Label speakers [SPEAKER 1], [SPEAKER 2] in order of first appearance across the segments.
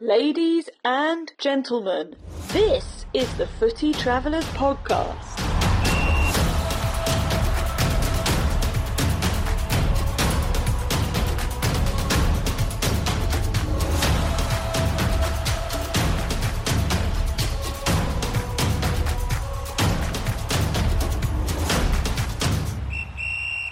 [SPEAKER 1] Ladies and gentlemen, this is the Footy Travelers Podcast.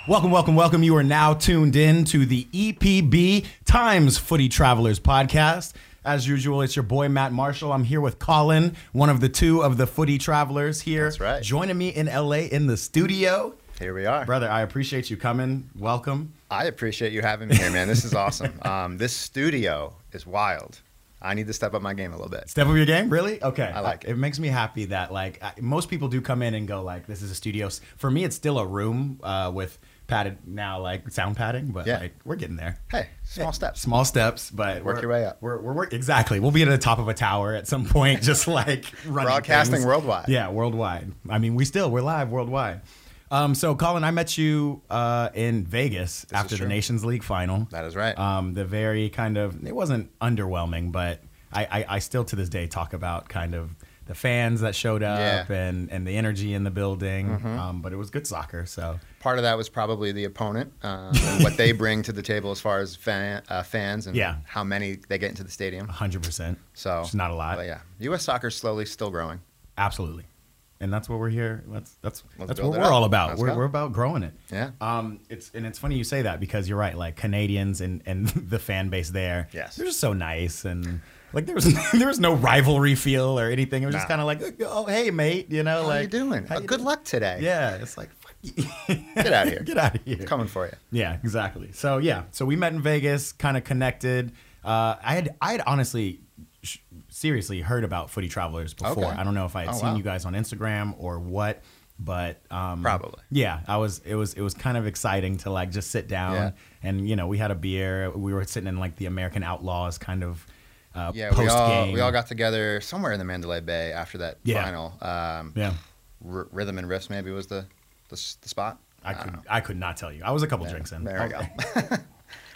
[SPEAKER 2] Welcome, welcome, welcome. You are now tuned in to the EPB Times Footy Travelers podcast. As usual, it's your boy Matt Marshall. I'm here with Colin, one of the two of the Footy Travelers here.
[SPEAKER 3] That's right.
[SPEAKER 2] Joining me in LA in the studio.
[SPEAKER 3] Here we are.
[SPEAKER 2] Brother, I appreciate you coming. Welcome.
[SPEAKER 3] I appreciate you having me here, man. This is awesome. Um, this studio is wild. I need to step up my game a little bit.
[SPEAKER 2] Step up your game, really? Okay, I
[SPEAKER 3] like it.
[SPEAKER 2] It makes me happy that like I, most people do come in and go like, "This is a studio." S- For me, it's still a room uh, with padded now like sound padding, but
[SPEAKER 3] Yeah.
[SPEAKER 2] like we're getting there.
[SPEAKER 3] Hey, small steps.
[SPEAKER 2] Small steps, but
[SPEAKER 3] Work
[SPEAKER 2] we're-
[SPEAKER 3] your way up.
[SPEAKER 2] We're, we're, we're exactly. We'll be at the top of a tower at some point, just like running
[SPEAKER 3] Broadcasting
[SPEAKER 2] things.
[SPEAKER 3] worldwide.
[SPEAKER 2] Yeah, worldwide. I mean, we still we're live worldwide. Um, so, Colin, I met you uh, in Vegas after the
[SPEAKER 3] true.
[SPEAKER 2] Nations League final.
[SPEAKER 3] That is right.
[SPEAKER 2] Um, the very kind of it wasn't underwhelming, but I, I, I still to this day talk about kind of the fans that showed up
[SPEAKER 3] Yeah. Mm-hmm.
[SPEAKER 2] and and the energy in the building. Um, but it was good soccer, so
[SPEAKER 3] Part of that was probably the opponent, um, and what they bring to the table as far as fan, uh, fans and
[SPEAKER 2] Yeah.
[SPEAKER 3] how many they get into the stadium.
[SPEAKER 2] hundred percent.
[SPEAKER 3] So
[SPEAKER 2] it's not a lot.
[SPEAKER 3] But yeah, U.S. soccer's slowly still growing.
[SPEAKER 2] Absolutely. And that's what we're here. That's that's
[SPEAKER 3] Let's
[SPEAKER 2] that's
[SPEAKER 3] build
[SPEAKER 2] what
[SPEAKER 3] it
[SPEAKER 2] we're
[SPEAKER 3] up.
[SPEAKER 2] all about.
[SPEAKER 3] Let's
[SPEAKER 2] We're,
[SPEAKER 3] go.
[SPEAKER 2] we're about growing it.
[SPEAKER 3] Yeah.
[SPEAKER 2] Um. It's and it's funny you say that because you're right. Like Canadians and and the fan base there.
[SPEAKER 3] Yes.
[SPEAKER 2] They're just so nice and like there was there was no rivalry feel or anything. It was just
[SPEAKER 3] Nah.
[SPEAKER 2] kind of like oh hey mate you know
[SPEAKER 3] How
[SPEAKER 2] like
[SPEAKER 3] are you doing?
[SPEAKER 2] how
[SPEAKER 3] Uh,
[SPEAKER 2] you
[SPEAKER 3] good
[SPEAKER 2] doing?
[SPEAKER 3] luck today.
[SPEAKER 2] Yeah. It's like fuck you.
[SPEAKER 3] Get out of here.
[SPEAKER 2] get out of here.
[SPEAKER 3] Coming for you.
[SPEAKER 2] Yeah, exactly. So yeah, so we met in Vegas, kind of connected. Uh, I had I had honestly, sh- seriously heard about Footy Travelers before.
[SPEAKER 3] Okay.
[SPEAKER 2] I don't know if I had
[SPEAKER 3] Oh,
[SPEAKER 2] seen
[SPEAKER 3] wow.
[SPEAKER 2] you guys on Instagram or what, but um,
[SPEAKER 3] Probably.
[SPEAKER 2] Yeah, I was. It was it was kind of exciting to like just sit down
[SPEAKER 3] Yeah.
[SPEAKER 2] and you know we had a beer. We were sitting in like the American Outlaws kind of uh,
[SPEAKER 3] Yeah,
[SPEAKER 2] post
[SPEAKER 3] we
[SPEAKER 2] game.
[SPEAKER 3] all, we all got together somewhere in the Mandalay Bay after that
[SPEAKER 2] Yeah.
[SPEAKER 3] final. Um,
[SPEAKER 2] yeah.
[SPEAKER 3] R- Rhythm and Riffs maybe was the, the, s- the spot.
[SPEAKER 2] I
[SPEAKER 3] don't
[SPEAKER 2] could
[SPEAKER 3] know.
[SPEAKER 2] I could not tell you. I was a couple drinks in.
[SPEAKER 3] There we go.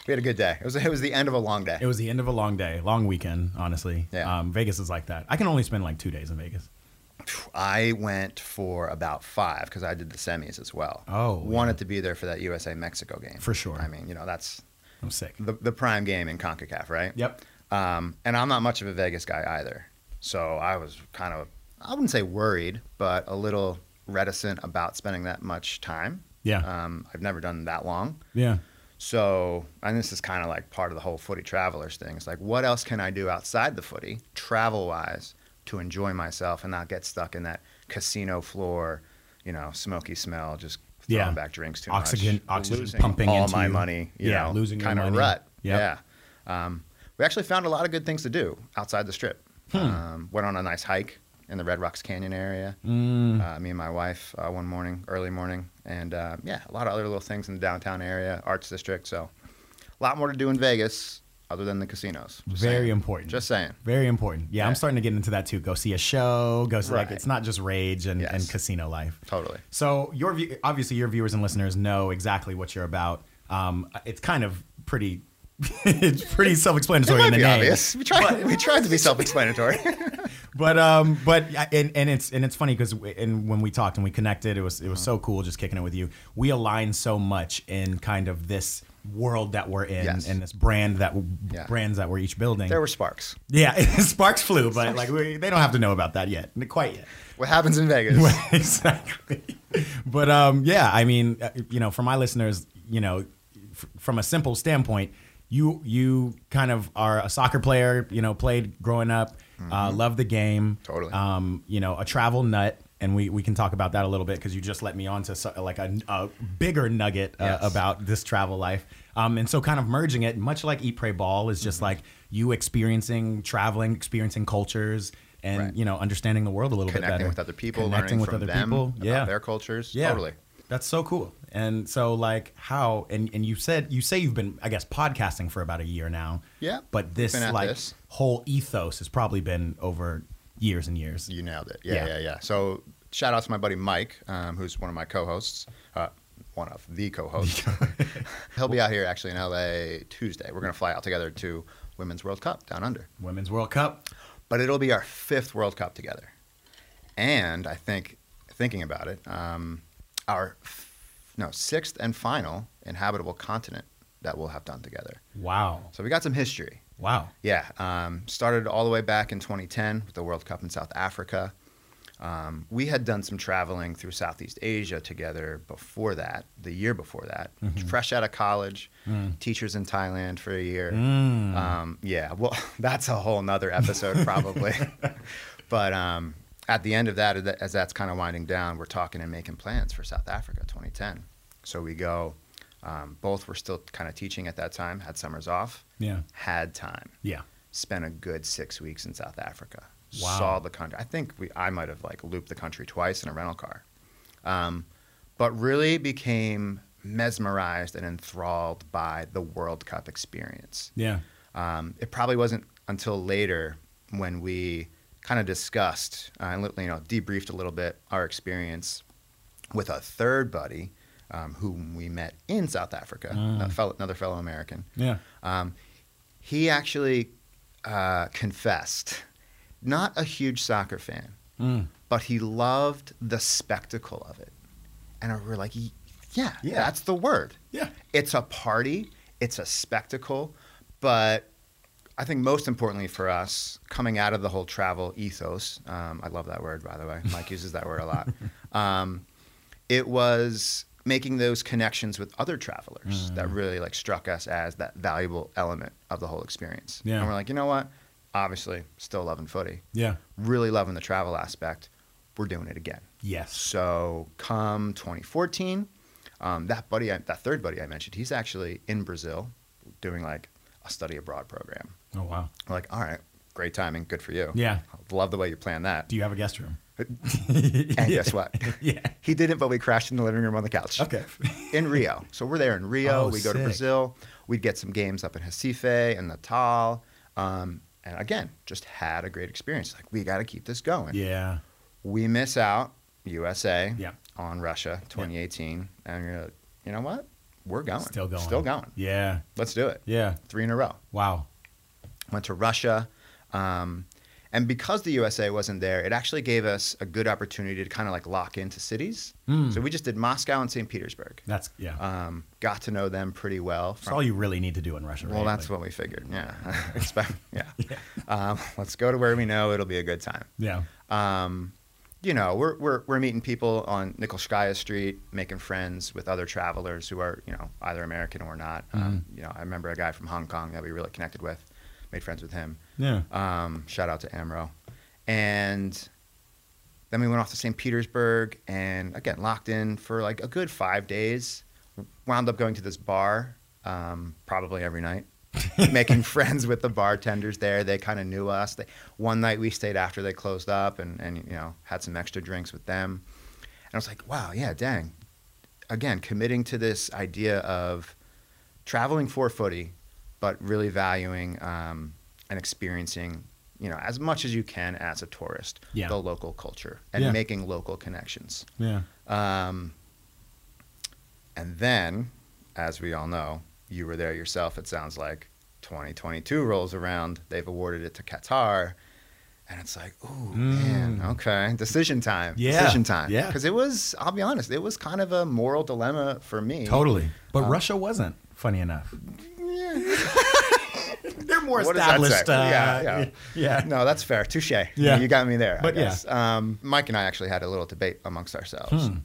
[SPEAKER 3] we had a good day. It was it was the end of a long day.
[SPEAKER 2] It was the end of a long day, long weekend. Honestly,
[SPEAKER 3] Yeah.
[SPEAKER 2] um, Vegas is like that. I can only spend like two days in Vegas.
[SPEAKER 3] I went for about five because I did the semis as well.
[SPEAKER 2] Oh, yeah.
[SPEAKER 3] wanted to be there for that USA Mexico game
[SPEAKER 2] For sure.
[SPEAKER 3] I mean, you know, that's
[SPEAKER 2] I'm sick.
[SPEAKER 3] the the prime game in Concacaf, right?
[SPEAKER 2] Yep.
[SPEAKER 3] Um, and I'm not much of a Vegas guy either, so I was kind of I wouldn't say worried, but a little reticent about spending that much time.
[SPEAKER 2] Yeah.
[SPEAKER 3] Um, I've never done that long.
[SPEAKER 2] Yeah.
[SPEAKER 3] So, and this is kind of like part of the whole footy travelers thing. It's like, what else can I do outside the footy, travel wise, to enjoy myself and not get stuck in that casino floor, you know, smoky smell, just throwing
[SPEAKER 2] Yeah.
[SPEAKER 3] back drinks too
[SPEAKER 2] Oxygen-
[SPEAKER 3] much,
[SPEAKER 2] oxygen
[SPEAKER 3] losing
[SPEAKER 2] pumping
[SPEAKER 3] all
[SPEAKER 2] into
[SPEAKER 3] my
[SPEAKER 2] you.
[SPEAKER 3] money, you
[SPEAKER 2] Yeah,
[SPEAKER 3] know,
[SPEAKER 2] losing your
[SPEAKER 3] kind of
[SPEAKER 2] money.
[SPEAKER 3] rut.
[SPEAKER 2] Yep.
[SPEAKER 3] Yeah. Um, we actually found a lot of good things to do outside the strip.
[SPEAKER 2] Hmm.
[SPEAKER 3] Um, went on a nice hike in the Red Rocks Canyon area.
[SPEAKER 2] Mm.
[SPEAKER 3] Uh, me and my wife uh, one morning, early morning, and uh, yeah, a lot of other little things in the downtown area, arts district. So, a lot more to do in Vegas other than the casinos. Just
[SPEAKER 2] Very
[SPEAKER 3] saying.
[SPEAKER 2] important.
[SPEAKER 3] Just saying.
[SPEAKER 2] Very important. Yeah, I'm
[SPEAKER 3] Yeah.
[SPEAKER 2] starting to get into that too. Go see a show. Go see, like
[SPEAKER 3] Right.
[SPEAKER 2] it's not just rage and,
[SPEAKER 3] Yes.
[SPEAKER 2] and casino life.
[SPEAKER 3] Totally.
[SPEAKER 2] So your view, obviously your viewers and listeners know exactly what you're about. Um, it's kind of pretty. it's pretty self-explanatory in
[SPEAKER 3] Might
[SPEAKER 2] the
[SPEAKER 3] be
[SPEAKER 2] name.
[SPEAKER 3] obvious. We tried. we tried to be self-explanatory.
[SPEAKER 2] but um, but and and it's and it's funny because and when we talked and we connected, it was it was
[SPEAKER 3] Uh-huh.
[SPEAKER 2] so cool just kicking it with you. We align so much in kind of this world that we're in
[SPEAKER 3] Yes.
[SPEAKER 2] and this brand that
[SPEAKER 3] Yeah.
[SPEAKER 2] brands that we're each building.
[SPEAKER 3] there were sparks.
[SPEAKER 2] yeah, sparks flew, but like we, they don't have to know about that yet, quite yet.
[SPEAKER 3] What happens in Vegas?
[SPEAKER 2] Well, exactly. But um, yeah, I mean, uh, you know, for my listeners, you know, f- from a simple standpoint, you you kind of are a soccer player. You know, played growing up, uh, love the game.
[SPEAKER 3] Mm-hmm. Totally.
[SPEAKER 2] Um, you know, a travel nut. And we, we can talk about that a little bit because you just let me on to so, like a, a bigger nugget uh,
[SPEAKER 3] Yes.
[SPEAKER 2] about this travel life. Um, and so, kind of merging it, much like Eat, Pray, Ball, is
[SPEAKER 3] Mm-hmm.
[SPEAKER 2] just like you experiencing traveling, experiencing cultures, and
[SPEAKER 3] Right.
[SPEAKER 2] you know understanding the world a little bit
[SPEAKER 3] Connecting
[SPEAKER 2] better.
[SPEAKER 3] with other people,
[SPEAKER 2] Connecting
[SPEAKER 3] learning
[SPEAKER 2] with
[SPEAKER 3] from
[SPEAKER 2] other
[SPEAKER 3] them
[SPEAKER 2] people. Yeah.
[SPEAKER 3] about their cultures.
[SPEAKER 2] yeah.
[SPEAKER 3] Totally.
[SPEAKER 2] That's so cool. And so like how and and you said you say you've been I guess podcasting for about a year now.
[SPEAKER 3] Yeah.
[SPEAKER 2] But this
[SPEAKER 3] Been at
[SPEAKER 2] like
[SPEAKER 3] this.
[SPEAKER 2] whole ethos has probably been over years and years.
[SPEAKER 3] You nailed it. Yeah,
[SPEAKER 2] Yeah.
[SPEAKER 3] yeah, yeah. So shout out to my buddy Mike, um, who's one of my co-hosts. Uh, one of the co-hosts. He'll be out here actually in LA Tuesday. We're gonna fly out together to Women's World Cup down under.
[SPEAKER 2] Women's World Cup.
[SPEAKER 3] But it'll be our fifth World Cup together, and I think thinking about it, um, our f- no sixth and final inhabitable continent that we'll have done together.
[SPEAKER 2] Wow.
[SPEAKER 3] So we got some history.
[SPEAKER 2] Wow.
[SPEAKER 3] Yeah, um, started all the way back in 2010 with the World Cup in South Africa. Um, we had done some traveling through Southeast Asia together before that, the year before that, fresh out of college, teachers in Thailand for a year. Um, yeah, well, that's a whole nother episode probably. but um, at the end of that, as that's kind of winding down, we're talking and making plans for South Africa 2010. So we go. Um, both were still kind of teaching at that time, had summers off,
[SPEAKER 2] Yeah.
[SPEAKER 3] had time
[SPEAKER 2] Yeah.
[SPEAKER 3] spent a good six weeks in South Africa.
[SPEAKER 2] Wow.
[SPEAKER 3] Saw the country. I think we, I might have like looped the country twice in a rental car, um, but really became mesmerized and enthralled by the World Cup experience.
[SPEAKER 2] Yeah.
[SPEAKER 3] Um, it probably wasn't until later when we kind of discussed uh, and you know debriefed a little bit our experience with a third buddy um, whom we met in South Africa, a fellow, another fellow American
[SPEAKER 2] Yeah.
[SPEAKER 3] um, he actually uh, confessed, not a huge soccer fan,
[SPEAKER 2] Mm.
[SPEAKER 3] but he loved the spectacle of it. And we were like, "Y- yeah,
[SPEAKER 2] Yeah.
[SPEAKER 3] that's the word.
[SPEAKER 2] Yeah.
[SPEAKER 3] It's a party, it's a spectacle, but I think most importantly for us, coming out of the whole travel ethos, um, I love that word, by the way. Mike uses that word a lot. Um, it was making those connections with other travelers that really like struck us as that valuable element of the whole experience.
[SPEAKER 2] Yeah.
[SPEAKER 3] And we're like, you know what? Obviously, still loving footy,
[SPEAKER 2] Yeah.
[SPEAKER 3] really loving the travel aspect. We're doing it again.
[SPEAKER 2] Yes.
[SPEAKER 3] So come 2014, um, that buddy, I, that third buddy I mentioned, he's actually in Brazil doing like a study abroad program.
[SPEAKER 2] Oh wow.
[SPEAKER 3] I'm like, all right, great timing, good for you.
[SPEAKER 2] Yeah.
[SPEAKER 3] love the way you planned that.
[SPEAKER 2] Do you have a guest room?
[SPEAKER 3] Uh, and guess what?
[SPEAKER 2] yeah.
[SPEAKER 3] He didn't, but we crashed in the living room on the couch.
[SPEAKER 2] Okay.
[SPEAKER 3] in Rio. So we're there in Rio.
[SPEAKER 2] Oh,
[SPEAKER 3] we go to
[SPEAKER 2] sick.
[SPEAKER 3] Brazil. We'd get some games up in Recife and Natal. Um, and again, just had a great experience. Like, we got to keep this going.
[SPEAKER 2] Yeah.
[SPEAKER 3] We miss out, USA,
[SPEAKER 2] Yeah.
[SPEAKER 3] on Russia 2018. And you're like, you know what? We're going.
[SPEAKER 2] Still going.
[SPEAKER 3] Still going.
[SPEAKER 2] Yeah.
[SPEAKER 3] Let's do it.
[SPEAKER 2] Yeah.
[SPEAKER 3] Three in a row.
[SPEAKER 2] Wow.
[SPEAKER 3] went to Russia. Um, and because the USA wasn't there, it actually gave us a good opportunity to kind of like lock into cities.
[SPEAKER 2] Mm.
[SPEAKER 3] So we just did Moscow and St. Petersburg.
[SPEAKER 2] That's yeah.
[SPEAKER 3] Um, got to know them pretty well.
[SPEAKER 2] that's all you really need to do in Russia.
[SPEAKER 3] well,
[SPEAKER 2] right?
[SPEAKER 3] that's
[SPEAKER 2] Like-
[SPEAKER 3] what we figured. Yeah. Expect- yeah. Um, let's go to where we know it'll be a good time.
[SPEAKER 2] Yeah.
[SPEAKER 3] Um, you know, we're, we're, we're meeting people on Nikolskaya Street, making friends with other travelers who are, you know, either American or not. Um, you know, I remember a guy from Hong Kong that we really connected with, made friends with him.
[SPEAKER 2] Yeah.
[SPEAKER 3] Um, shout out to Amro. And then we went off to St. Petersburg and again locked in for like a good five days. Wound up going to this bar um, probably every night, making friends with the bartenders there. They kind of knew us. They, one night we stayed after they closed up and, and you know had some extra drinks with them. And I was like, wow, yeah, dang. Again, committing to this idea of traveling for footy, but really valuing um, and experiencing, you know, as much as you can as a tourist,
[SPEAKER 2] Yeah.
[SPEAKER 3] the local culture and
[SPEAKER 2] Yeah.
[SPEAKER 3] making local connections.
[SPEAKER 2] yeah.
[SPEAKER 3] Um, and then, as we all know, you were there yourself, it sounds like. 2022 rolls around, they've awarded it to Qatar. And it's like, ooh, man, okay, decision time.
[SPEAKER 2] Hmm. Yeah,
[SPEAKER 3] Decision time.
[SPEAKER 2] yeah.
[SPEAKER 3] Because it was, I'll be honest, it was kind of a moral dilemma for me.
[SPEAKER 2] Totally. But
[SPEAKER 3] Uh,
[SPEAKER 2] Russia wasn't. Funny enough. They're more
[SPEAKER 3] What does that
[SPEAKER 2] established.
[SPEAKER 3] say?
[SPEAKER 2] uh,
[SPEAKER 3] Yeah, yeah.
[SPEAKER 2] Yeah.
[SPEAKER 3] No, that's fair. Touche.
[SPEAKER 2] Yeah.
[SPEAKER 3] You got me there.
[SPEAKER 2] But
[SPEAKER 3] I
[SPEAKER 2] yeah.
[SPEAKER 3] guess. Um, Mike and I actually had a little debate amongst ourselves.
[SPEAKER 2] Hmm.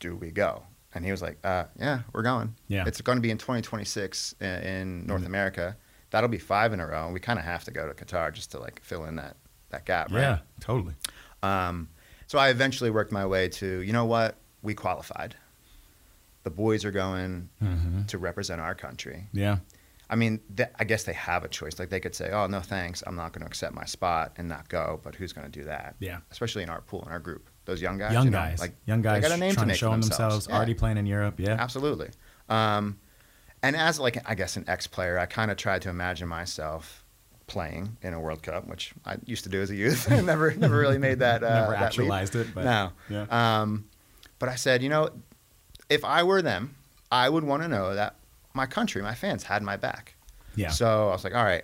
[SPEAKER 3] Do we go? And he was like, uh, yeah, we're going.
[SPEAKER 2] Yeah. Mm.
[SPEAKER 3] It's going to be in 2026 in, in North America. That'll be five in a row. And we kind of have to go to Qatar just to like fill in that, that gap.
[SPEAKER 2] Yeah.
[SPEAKER 3] Right?
[SPEAKER 2] Totally.
[SPEAKER 3] Um, so I eventually worked my way to, you know what? We qualified. The boys are going
[SPEAKER 2] Mm-hmm.
[SPEAKER 3] to represent our country.
[SPEAKER 2] Yeah.
[SPEAKER 3] I mean, th- I guess they have a choice. Like they could say, "Oh, no, thanks. I'm not going to accept my spot and not go." But who's going to do that?
[SPEAKER 2] Yeah.
[SPEAKER 3] Especially in our pool, in our group, those young guys.
[SPEAKER 2] young
[SPEAKER 3] you know,
[SPEAKER 2] guys.
[SPEAKER 3] like
[SPEAKER 2] young guys.
[SPEAKER 3] They got a name
[SPEAKER 2] trying to
[SPEAKER 3] to make
[SPEAKER 2] show
[SPEAKER 3] for
[SPEAKER 2] 'em
[SPEAKER 3] themselves.
[SPEAKER 2] themselves.
[SPEAKER 3] Yeah,
[SPEAKER 2] Already playing in Europe. Yeah.
[SPEAKER 3] Absolutely. Um, and as like I guess an ex-player, I kind of tried to imagine myself playing in a World Cup, which I used to do as a youth. I never, never really made that. Uh,
[SPEAKER 2] Never
[SPEAKER 3] that leap.
[SPEAKER 2] actualized it, but
[SPEAKER 3] no.
[SPEAKER 2] yeah.
[SPEAKER 3] Um, but I said, you know, if I were them, I would want to know that my country, my fans had my back.
[SPEAKER 2] Yeah.
[SPEAKER 3] So I was like, all right,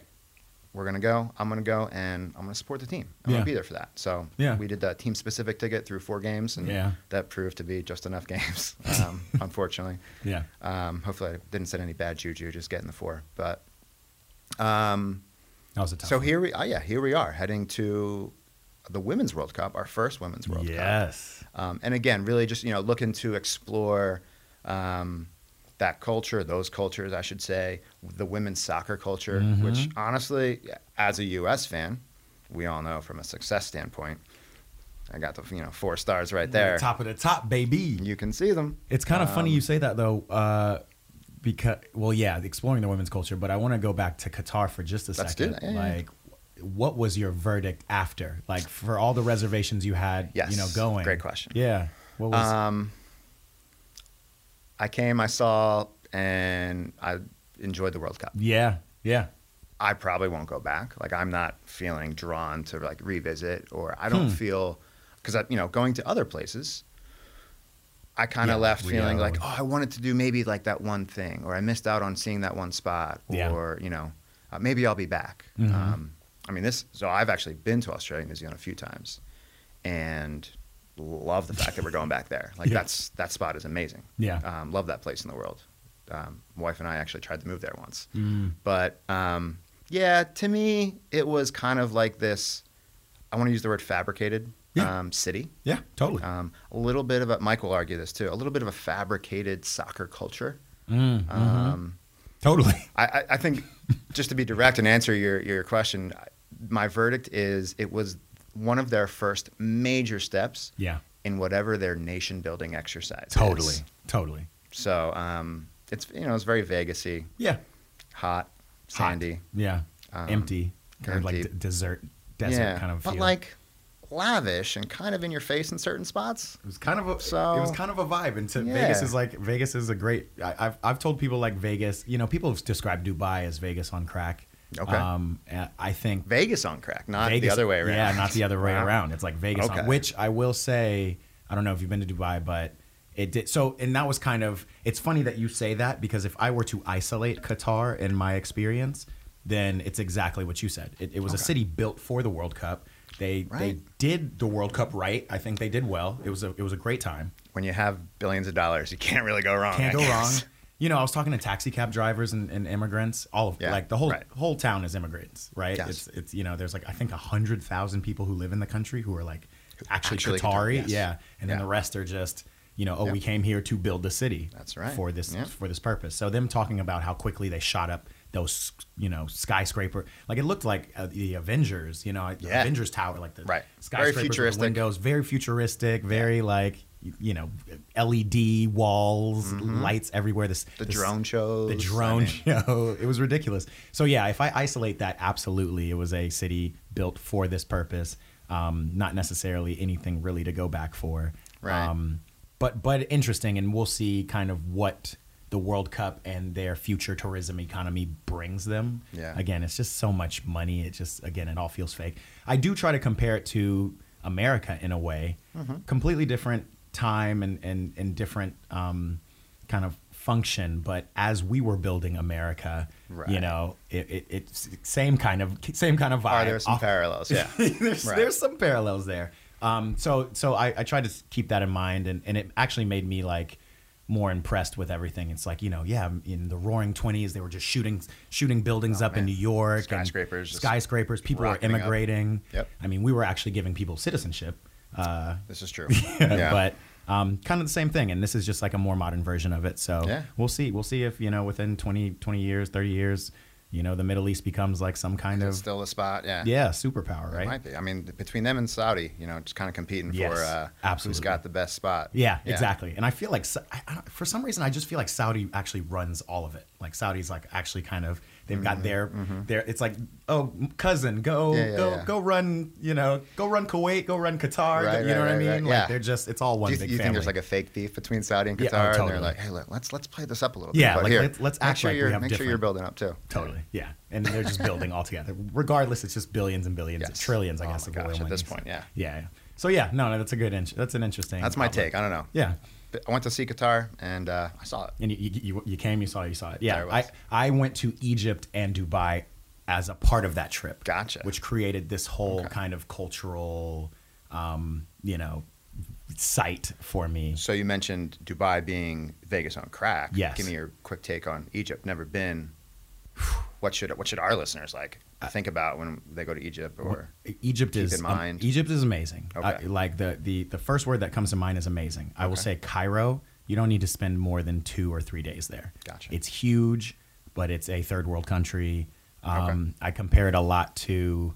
[SPEAKER 3] we're gonna go. I'm gonna go, and I'm gonna support the team. I'm
[SPEAKER 2] Yeah.
[SPEAKER 3] gonna be there for that. So
[SPEAKER 2] Yeah.
[SPEAKER 3] we did the team specific ticket through four games, and
[SPEAKER 2] Yeah.
[SPEAKER 3] that proved to be just enough games. Um, unfortunately,
[SPEAKER 2] yeah.
[SPEAKER 3] um, hopefully I didn't send any bad juju, just getting the four. But
[SPEAKER 2] That was a tough
[SPEAKER 3] so
[SPEAKER 2] one.
[SPEAKER 3] here we, oh yeah, here we are heading to the Women's World Cup, our first Women's World Cup.
[SPEAKER 2] Yes.
[SPEAKER 3] Um, and again, really just you know looking to explore um, that culture, those cultures, I should say, the women's soccer culture, which honestly, as a U.S. fan, we all know from a success standpoint, I got the you know four stars right there.
[SPEAKER 2] Top of the top, baby.
[SPEAKER 3] You can see them.
[SPEAKER 2] It's kind of funny
[SPEAKER 3] Um,
[SPEAKER 2] you say that though, uh, because well, yeah, exploring the women's culture. But I want to go back to Qatar for just a
[SPEAKER 3] Let's do
[SPEAKER 2] second.
[SPEAKER 3] that, yeah, yeah.
[SPEAKER 2] like, what was your verdict after? Like for all the reservations you had,
[SPEAKER 3] Yes,
[SPEAKER 2] you know, going.
[SPEAKER 3] great question. Uh,
[SPEAKER 2] Yeah. What was?
[SPEAKER 3] Um, I came, I saw, and I enjoyed the World Cup.
[SPEAKER 2] yeah. Yeah.
[SPEAKER 3] I probably won't go back. Like I'm not feeling drawn to like revisit, or I
[SPEAKER 2] Hmm.
[SPEAKER 3] don't feel because I, you know, going to other places, I kind of
[SPEAKER 2] Yeah,
[SPEAKER 3] left
[SPEAKER 2] Rio.
[SPEAKER 3] feeling like, oh, I wanted to do maybe like that one thing, or I missed out on seeing that one spot,
[SPEAKER 2] Yeah.
[SPEAKER 3] or you know, uh, maybe I'll be back.
[SPEAKER 2] Mhm.
[SPEAKER 3] Um, I mean, this. So I've actually been to Australia, and New Zealand a few times, and love the fact that we're going back there. Like
[SPEAKER 2] Yeah.
[SPEAKER 3] that's that spot is amazing.
[SPEAKER 2] Yeah.
[SPEAKER 3] um, love that place in the world. Um, my wife and I actually tried to move there once.
[SPEAKER 2] Mm.
[SPEAKER 3] But um, yeah, to me, it was kind of like this. I want to use the word fabricated
[SPEAKER 2] Yeah.
[SPEAKER 3] um, city.
[SPEAKER 2] Yeah. Totally.
[SPEAKER 3] Um, a little bit of a, Mike will argue this too, a little bit of a fabricated soccer culture.
[SPEAKER 2] Mm, mhm.
[SPEAKER 3] Um,
[SPEAKER 2] totally.
[SPEAKER 3] I, I, I think, just to be direct and answer your, your question, I- my verdict is it was one of their first major steps
[SPEAKER 2] Yeah.
[SPEAKER 3] in whatever their nation building exercise is.
[SPEAKER 2] Totally. Totally.
[SPEAKER 3] So um, it's, you know, it's very Vegasy,
[SPEAKER 2] Yeah.
[SPEAKER 3] hot,
[SPEAKER 2] Hot.
[SPEAKER 3] sandy.
[SPEAKER 2] Yeah. empty. Kind of like
[SPEAKER 3] Um, empty.
[SPEAKER 2] d- desert, desert kind of.
[SPEAKER 3] but
[SPEAKER 2] feel.
[SPEAKER 3] like lavish and kind of in your face in certain spots.
[SPEAKER 2] It was kind of a
[SPEAKER 3] So-
[SPEAKER 2] it was kind of a vibe, and to
[SPEAKER 3] Yeah.
[SPEAKER 2] Vegas is like Vegas is a great. I, I've I've told people like Vegas. You know, people have described Dubai as Vegas on crack.
[SPEAKER 3] Okay.
[SPEAKER 2] Um, and I think
[SPEAKER 3] Vegas on crack, not
[SPEAKER 2] Vegas,
[SPEAKER 3] the other way around.
[SPEAKER 2] Yeah, not the other way
[SPEAKER 3] Wow.
[SPEAKER 2] around. It's like Vegas, on,
[SPEAKER 3] Okay.
[SPEAKER 2] which I will say, I don't know if you've been to Dubai, but it did. So, and that was kind of. It's funny that you say that because if I were to isolate Qatar in my experience, then it's exactly what you said. It, it was a city built for the World Cup. They they
[SPEAKER 3] Right.
[SPEAKER 2] did the World Cup right. I think they did well. It was a it was a great time.
[SPEAKER 3] When you have billions of dollars, you can't really go wrong.
[SPEAKER 2] Can't
[SPEAKER 3] I
[SPEAKER 2] go wrong.
[SPEAKER 3] guess.
[SPEAKER 2] You know, I was talking to taxi cab drivers and, and immigrants. All of
[SPEAKER 3] Yeah,
[SPEAKER 2] like the whole
[SPEAKER 3] right.
[SPEAKER 2] whole town is immigrants, right?
[SPEAKER 3] Yes.
[SPEAKER 2] It's it's you know, there's like I think a hundred thousand people who live in the country who are like actually,
[SPEAKER 3] actually
[SPEAKER 2] Qatari,
[SPEAKER 3] Qatar- yes.
[SPEAKER 2] yeah, and then
[SPEAKER 3] Yeah.
[SPEAKER 2] the rest are just you know, oh,
[SPEAKER 3] Yeah.
[SPEAKER 2] we came here to build the city.
[SPEAKER 3] That's right.
[SPEAKER 2] For this
[SPEAKER 3] Yeah.
[SPEAKER 2] for this purpose. So them talking about how quickly they shot up those you know skyscraper, like it looked like uh, the Avengers, you know, the
[SPEAKER 3] Yeah.
[SPEAKER 2] Avengers Tower, like the
[SPEAKER 3] Right. Very
[SPEAKER 2] skyscrapers with the
[SPEAKER 3] futuristic.
[SPEAKER 2] windows, very futuristic, very like y- you know LED walls, lights everywhere. This
[SPEAKER 3] Mm-hmm. The
[SPEAKER 2] this-
[SPEAKER 3] drone shows.
[SPEAKER 2] the drone
[SPEAKER 3] I mean,
[SPEAKER 2] show. It was ridiculous. So yeah, if I isolate that, absolutely, it was a city built for this purpose. Um, not necessarily anything really to go back for.
[SPEAKER 3] Right.
[SPEAKER 2] Um, but but interesting, and we'll see kind of what the World Cup and their future tourism economy brings them.
[SPEAKER 3] Yeah.
[SPEAKER 2] Again, it's just so much money. It just again, it all feels fake. I do try to compare it to America in a way,
[SPEAKER 3] Mm-hmm.
[SPEAKER 2] completely different time and and and different um, kind of function. But as we were building America, you
[SPEAKER 3] Right.
[SPEAKER 2] know, it, it, it's same kind of same kind of vibe.
[SPEAKER 3] Are there some
[SPEAKER 2] Off-
[SPEAKER 3] parallels? Yeah.
[SPEAKER 2] there's,
[SPEAKER 3] Right.
[SPEAKER 2] there's some parallels there. Um, so so I, I tried to s- keep that in mind, and, and it actually made me like more impressed with everything. It's like you know, yeah, in the Roaring Twenties, they were just shooting shooting buildings up in
[SPEAKER 3] Oh, man.
[SPEAKER 2] New York, and
[SPEAKER 3] Skyscrapers just
[SPEAKER 2] skyscrapers. People were
[SPEAKER 3] rocketing up.
[SPEAKER 2] immigrating.
[SPEAKER 3] Yep.
[SPEAKER 2] I mean, we were actually giving people citizenship, uh,
[SPEAKER 3] this is true.
[SPEAKER 2] but. Um, kind of the same thing, and this is just like a more modern version of it. So
[SPEAKER 3] Yeah.
[SPEAKER 2] we'll see. We'll see if you know within 20, 20 years, thirty years, you know, the Middle East becomes like some kind of
[SPEAKER 3] it's still the spot. Yeah.
[SPEAKER 2] yeah superpower, right?
[SPEAKER 3] It might be. I mean, between them and Saudi, you know, just kind of competing
[SPEAKER 2] Yes,
[SPEAKER 3] for uh, who's
[SPEAKER 2] absolutely.
[SPEAKER 3] got the best spot.
[SPEAKER 2] Yeah, exactly. And I feel like Sa- I, I don't, for some reason I just feel like Saudi actually runs all of it. Like Saudi's like actually kind of they've got their their it's like oh cousin go
[SPEAKER 3] Mm-hmm, Yeah, yeah,
[SPEAKER 2] go
[SPEAKER 3] yeah.
[SPEAKER 2] go run you know go run Kuwait go run Qatar
[SPEAKER 3] Right,
[SPEAKER 2] you
[SPEAKER 3] right,
[SPEAKER 2] know what I
[SPEAKER 3] right,
[SPEAKER 2] mean
[SPEAKER 3] right.
[SPEAKER 2] like
[SPEAKER 3] Yeah.
[SPEAKER 2] they're just it's all one
[SPEAKER 3] Do you,
[SPEAKER 2] big
[SPEAKER 3] you
[SPEAKER 2] family.
[SPEAKER 3] think there's like a fake beef between Saudi and
[SPEAKER 2] Yeah,
[SPEAKER 3] Qatar,
[SPEAKER 2] oh,
[SPEAKER 3] and
[SPEAKER 2] totally.
[SPEAKER 3] they're like, "Hey, look, let's let's play this up a little
[SPEAKER 2] Yeah,
[SPEAKER 3] bit." but
[SPEAKER 2] like,
[SPEAKER 3] here,
[SPEAKER 2] let's- let's
[SPEAKER 3] make
[SPEAKER 2] act
[SPEAKER 3] sure
[SPEAKER 2] like we
[SPEAKER 3] you're
[SPEAKER 2] have
[SPEAKER 3] make sure you're
[SPEAKER 2] different-
[SPEAKER 3] building up too.
[SPEAKER 2] Totally, yeah, and they're just building all together. Regardless, it's just billions and billions,
[SPEAKER 3] Yes.
[SPEAKER 2] trillions, I
[SPEAKER 3] Oh
[SPEAKER 2] guess.
[SPEAKER 3] my
[SPEAKER 2] of
[SPEAKER 3] gosh,
[SPEAKER 2] oil
[SPEAKER 3] at
[SPEAKER 2] monies.
[SPEAKER 3] this point, yeah.
[SPEAKER 2] yeah, yeah. So yeah, no, no, that's a good, int- that's an interesting.
[SPEAKER 3] That's my
[SPEAKER 2] outlook.
[SPEAKER 3] take. I don't know.
[SPEAKER 2] Yeah.
[SPEAKER 3] I went to see Qatar and uh, I saw it.
[SPEAKER 2] And you, you, you- you came, you saw, it, you saw it. Yeah,
[SPEAKER 3] There it
[SPEAKER 2] I,
[SPEAKER 3] was.
[SPEAKER 2] I went to Egypt and Dubai as a part of that trip.
[SPEAKER 3] Gotcha.
[SPEAKER 2] Which created this whole
[SPEAKER 3] Okay.
[SPEAKER 2] kind of cultural, um, you know, site for me.
[SPEAKER 3] So you mentioned Dubai being Vegas on crack.
[SPEAKER 2] Yes.
[SPEAKER 3] Give me your quick take on Egypt. Never been. What should what should our listeners like
[SPEAKER 2] Uh,
[SPEAKER 3] think about when they go to Egypt or
[SPEAKER 2] Egypt
[SPEAKER 3] Keep
[SPEAKER 2] is
[SPEAKER 3] in
[SPEAKER 2] um,
[SPEAKER 3] mind.
[SPEAKER 2] Egypt is amazing.
[SPEAKER 3] Okay.
[SPEAKER 2] I- like the, the the first word that comes to mind is amazing. I will say Cairo. You don't need to spend more than two or three days there.
[SPEAKER 3] Gotcha.
[SPEAKER 2] It's huge, but it's a third world country. Um, I compare it a lot to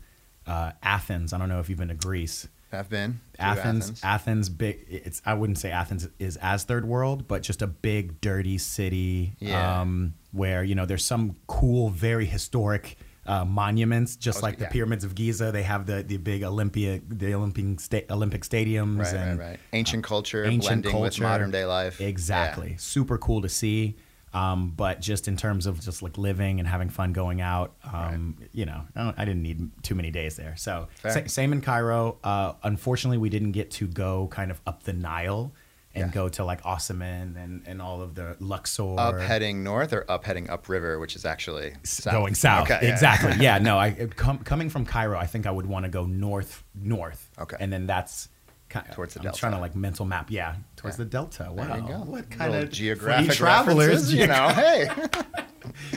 [SPEAKER 2] uh, Athens. I don't know if you've been to Greece.
[SPEAKER 3] have been to
[SPEAKER 2] Athens, Athens, big. It's I wouldn't say Athens is as third world, but just a big, dirty city.
[SPEAKER 3] Yeah.
[SPEAKER 2] Um, where you know there's some cool, very historic uh, monuments, just
[SPEAKER 3] was-
[SPEAKER 2] like the
[SPEAKER 3] Oh, yeah.
[SPEAKER 2] pyramids of Giza. They have the the big Olympia, the Olympic sta- Olympic stadiums,
[SPEAKER 3] Right, right,
[SPEAKER 2] and
[SPEAKER 3] right. Ancient culture
[SPEAKER 2] ancient
[SPEAKER 3] blending with
[SPEAKER 2] culture.
[SPEAKER 3] modern day life. Yeah.
[SPEAKER 2] Exactly. Super cool to see. Um, but just in terms of just like living and having fun going out, um, you know, I, don't, I didn't need too many days there. So
[SPEAKER 3] Fair.
[SPEAKER 2] sa- same in Cairo. Uh, unfortunately, we didn't get to go kind of up the Nile and
[SPEAKER 3] Yeah.
[SPEAKER 2] go to like Osman and, and all of the Luxor.
[SPEAKER 3] Up heading north or up heading upriver, which is actually south.
[SPEAKER 2] Going south,
[SPEAKER 3] Okay, yeah.
[SPEAKER 2] exactly. Yeah, no. I com- coming from Cairo, I think I would want to go north, north.
[SPEAKER 3] Okay.
[SPEAKER 2] and then that's kind
[SPEAKER 3] Towards the
[SPEAKER 2] I'm
[SPEAKER 3] delta.
[SPEAKER 2] trying to like mental map. Yeah, towards
[SPEAKER 3] Yeah.
[SPEAKER 2] the delta. Wow,
[SPEAKER 3] There you go.
[SPEAKER 2] what kind
[SPEAKER 3] Little
[SPEAKER 2] of
[SPEAKER 3] geographic
[SPEAKER 2] free travelers?
[SPEAKER 3] references, you know? hey,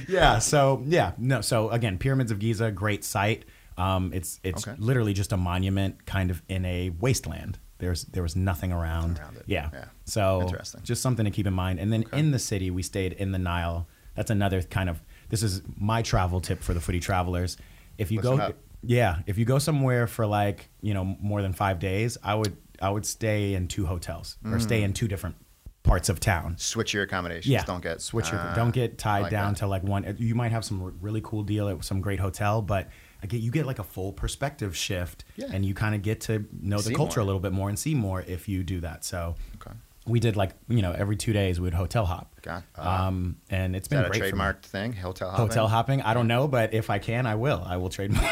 [SPEAKER 2] yeah. So yeah, no. So again, pyramids of Giza, great site. Um, it's it's
[SPEAKER 3] Okay.
[SPEAKER 2] literally just a monument, kind of in a wasteland. There's there was nothing around.
[SPEAKER 3] Around it.
[SPEAKER 2] Yeah.
[SPEAKER 3] Yeah.
[SPEAKER 2] So
[SPEAKER 3] Interesting.
[SPEAKER 2] just something to keep in mind. And then in the city, we stayed in the Nile. That's another kind of this is my travel tip for the footy travelers. If you
[SPEAKER 3] Listen
[SPEAKER 2] go,
[SPEAKER 3] up.
[SPEAKER 2] yeah, if you go somewhere for like you know more than five days, I would I would stay in two hotels or
[SPEAKER 3] Mm.
[SPEAKER 2] stay in two different parts of town.
[SPEAKER 3] switch your accommodations.
[SPEAKER 2] Yeah,
[SPEAKER 3] Don't get
[SPEAKER 2] switch your
[SPEAKER 3] Ah,
[SPEAKER 2] don't get tied
[SPEAKER 3] like
[SPEAKER 2] down
[SPEAKER 3] that.
[SPEAKER 2] to like one. uh, You might have some r- really cool deal at some great hotel, but I get you get like a full perspective shift,
[SPEAKER 3] Yeah.
[SPEAKER 2] and you kind of get to know the
[SPEAKER 3] See
[SPEAKER 2] culture
[SPEAKER 3] more.
[SPEAKER 2] a little bit more and see more if you do that. So
[SPEAKER 3] Okay.
[SPEAKER 2] we did like you know every two days we would hotel hop,
[SPEAKER 3] Got- ah.
[SPEAKER 2] um, and it's
[SPEAKER 3] Is
[SPEAKER 2] been
[SPEAKER 3] that a
[SPEAKER 2] great for me.
[SPEAKER 3] trademarked thing? Hotel hopping?
[SPEAKER 2] Hotel hopping, I don't know, but if I can, I will. I will trademark.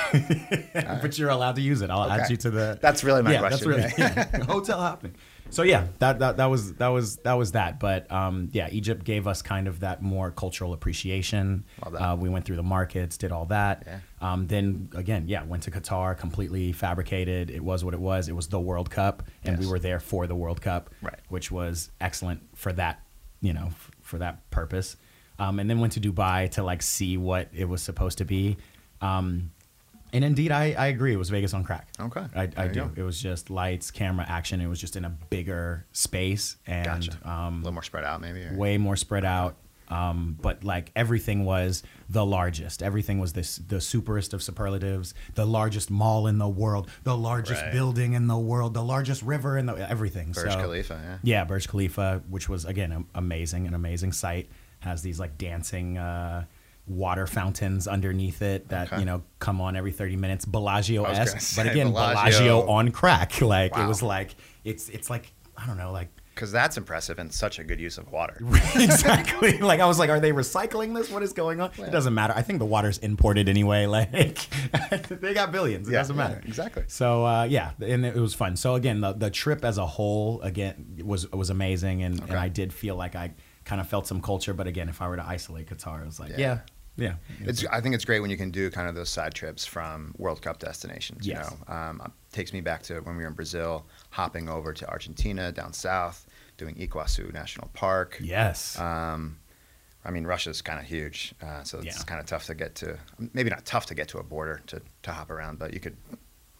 [SPEAKER 2] but you're allowed to use it. I'll add
[SPEAKER 3] Okay.
[SPEAKER 2] you to the.
[SPEAKER 3] That's really my
[SPEAKER 2] yeah,
[SPEAKER 3] question.
[SPEAKER 2] That's really, yeah. hotel hopping. So yeah, that, that that was that was that was that. But um, yeah, Egypt gave us kind of that more cultural appreciation.
[SPEAKER 3] Love that.
[SPEAKER 2] Uh, we went through the markets, did all that.
[SPEAKER 3] Yeah.
[SPEAKER 2] Um, then again, yeah, went to Qatar, completely fabricated. It was what it was. It was the World Cup, and we
[SPEAKER 3] Yes.
[SPEAKER 2] were there for the World Cup,
[SPEAKER 3] Right.
[SPEAKER 2] Which was excellent for that, you know, f- for that purpose. Um, and then went to Dubai to like see what it was supposed to be. Um, and indeed, I, I agree. It was Vegas on crack.
[SPEAKER 3] Okay.
[SPEAKER 2] I,
[SPEAKER 3] There
[SPEAKER 2] I
[SPEAKER 3] you
[SPEAKER 2] do.
[SPEAKER 3] go.
[SPEAKER 2] It was just lights, camera, action. It was just in a bigger space and
[SPEAKER 3] Gotcha. a
[SPEAKER 2] um,
[SPEAKER 3] little more spread out, maybe. Or,
[SPEAKER 2] way more spread out. Um, but like everything was the largest. Everything was this the superest of superlatives. The largest mall in the world. The largest
[SPEAKER 3] Right.
[SPEAKER 2] building in the world. The largest river in the everything.
[SPEAKER 3] Burj
[SPEAKER 2] so,
[SPEAKER 3] Khalifa, yeah.
[SPEAKER 2] uh, Yeah, Burj Khalifa, which was again am- amazing, an amazing site. Has these like dancing uh, water fountains underneath it that
[SPEAKER 3] Okay.
[SPEAKER 2] you know come on every thirty minutes. Bellagio
[SPEAKER 3] I was gonna
[SPEAKER 2] esque, but
[SPEAKER 3] say
[SPEAKER 2] again Bellagio,
[SPEAKER 3] Bellagio.
[SPEAKER 2] on crack. Like it
[SPEAKER 3] Wow.
[SPEAKER 2] was like it's it's like I don't know like
[SPEAKER 3] Because that's impressive and such a good use of water.
[SPEAKER 2] exactly. Like I was like, are they recycling this? What is going on? It doesn't matter. I think the water's imported anyway. Like they got billions. It
[SPEAKER 3] Yeah,
[SPEAKER 2] doesn't
[SPEAKER 3] yeah,
[SPEAKER 2] matter.
[SPEAKER 3] exactly.
[SPEAKER 2] So uh, yeah, and it was fun. So again, the, the trip as a whole again was was amazing, and, and
[SPEAKER 3] Okay.
[SPEAKER 2] I did feel like I kind of felt some culture. But again, if I were to isolate Qatar, it was like yeah,
[SPEAKER 3] Yeah.
[SPEAKER 2] yeah.
[SPEAKER 3] It's, I think it's great when you can do kind of those side trips from World Cup destinations. You
[SPEAKER 2] Yes.
[SPEAKER 3] know, um, it takes me back to when we were in Brazil, hopping over to Argentina, down south, doing Iguazu National Park.
[SPEAKER 2] yes.
[SPEAKER 3] Um, I mean, Russia's kind of huge, uh, so it's
[SPEAKER 2] Yeah.
[SPEAKER 3] kind of tough to get to. Maybe not tough to get to a border to, to hop around, but you could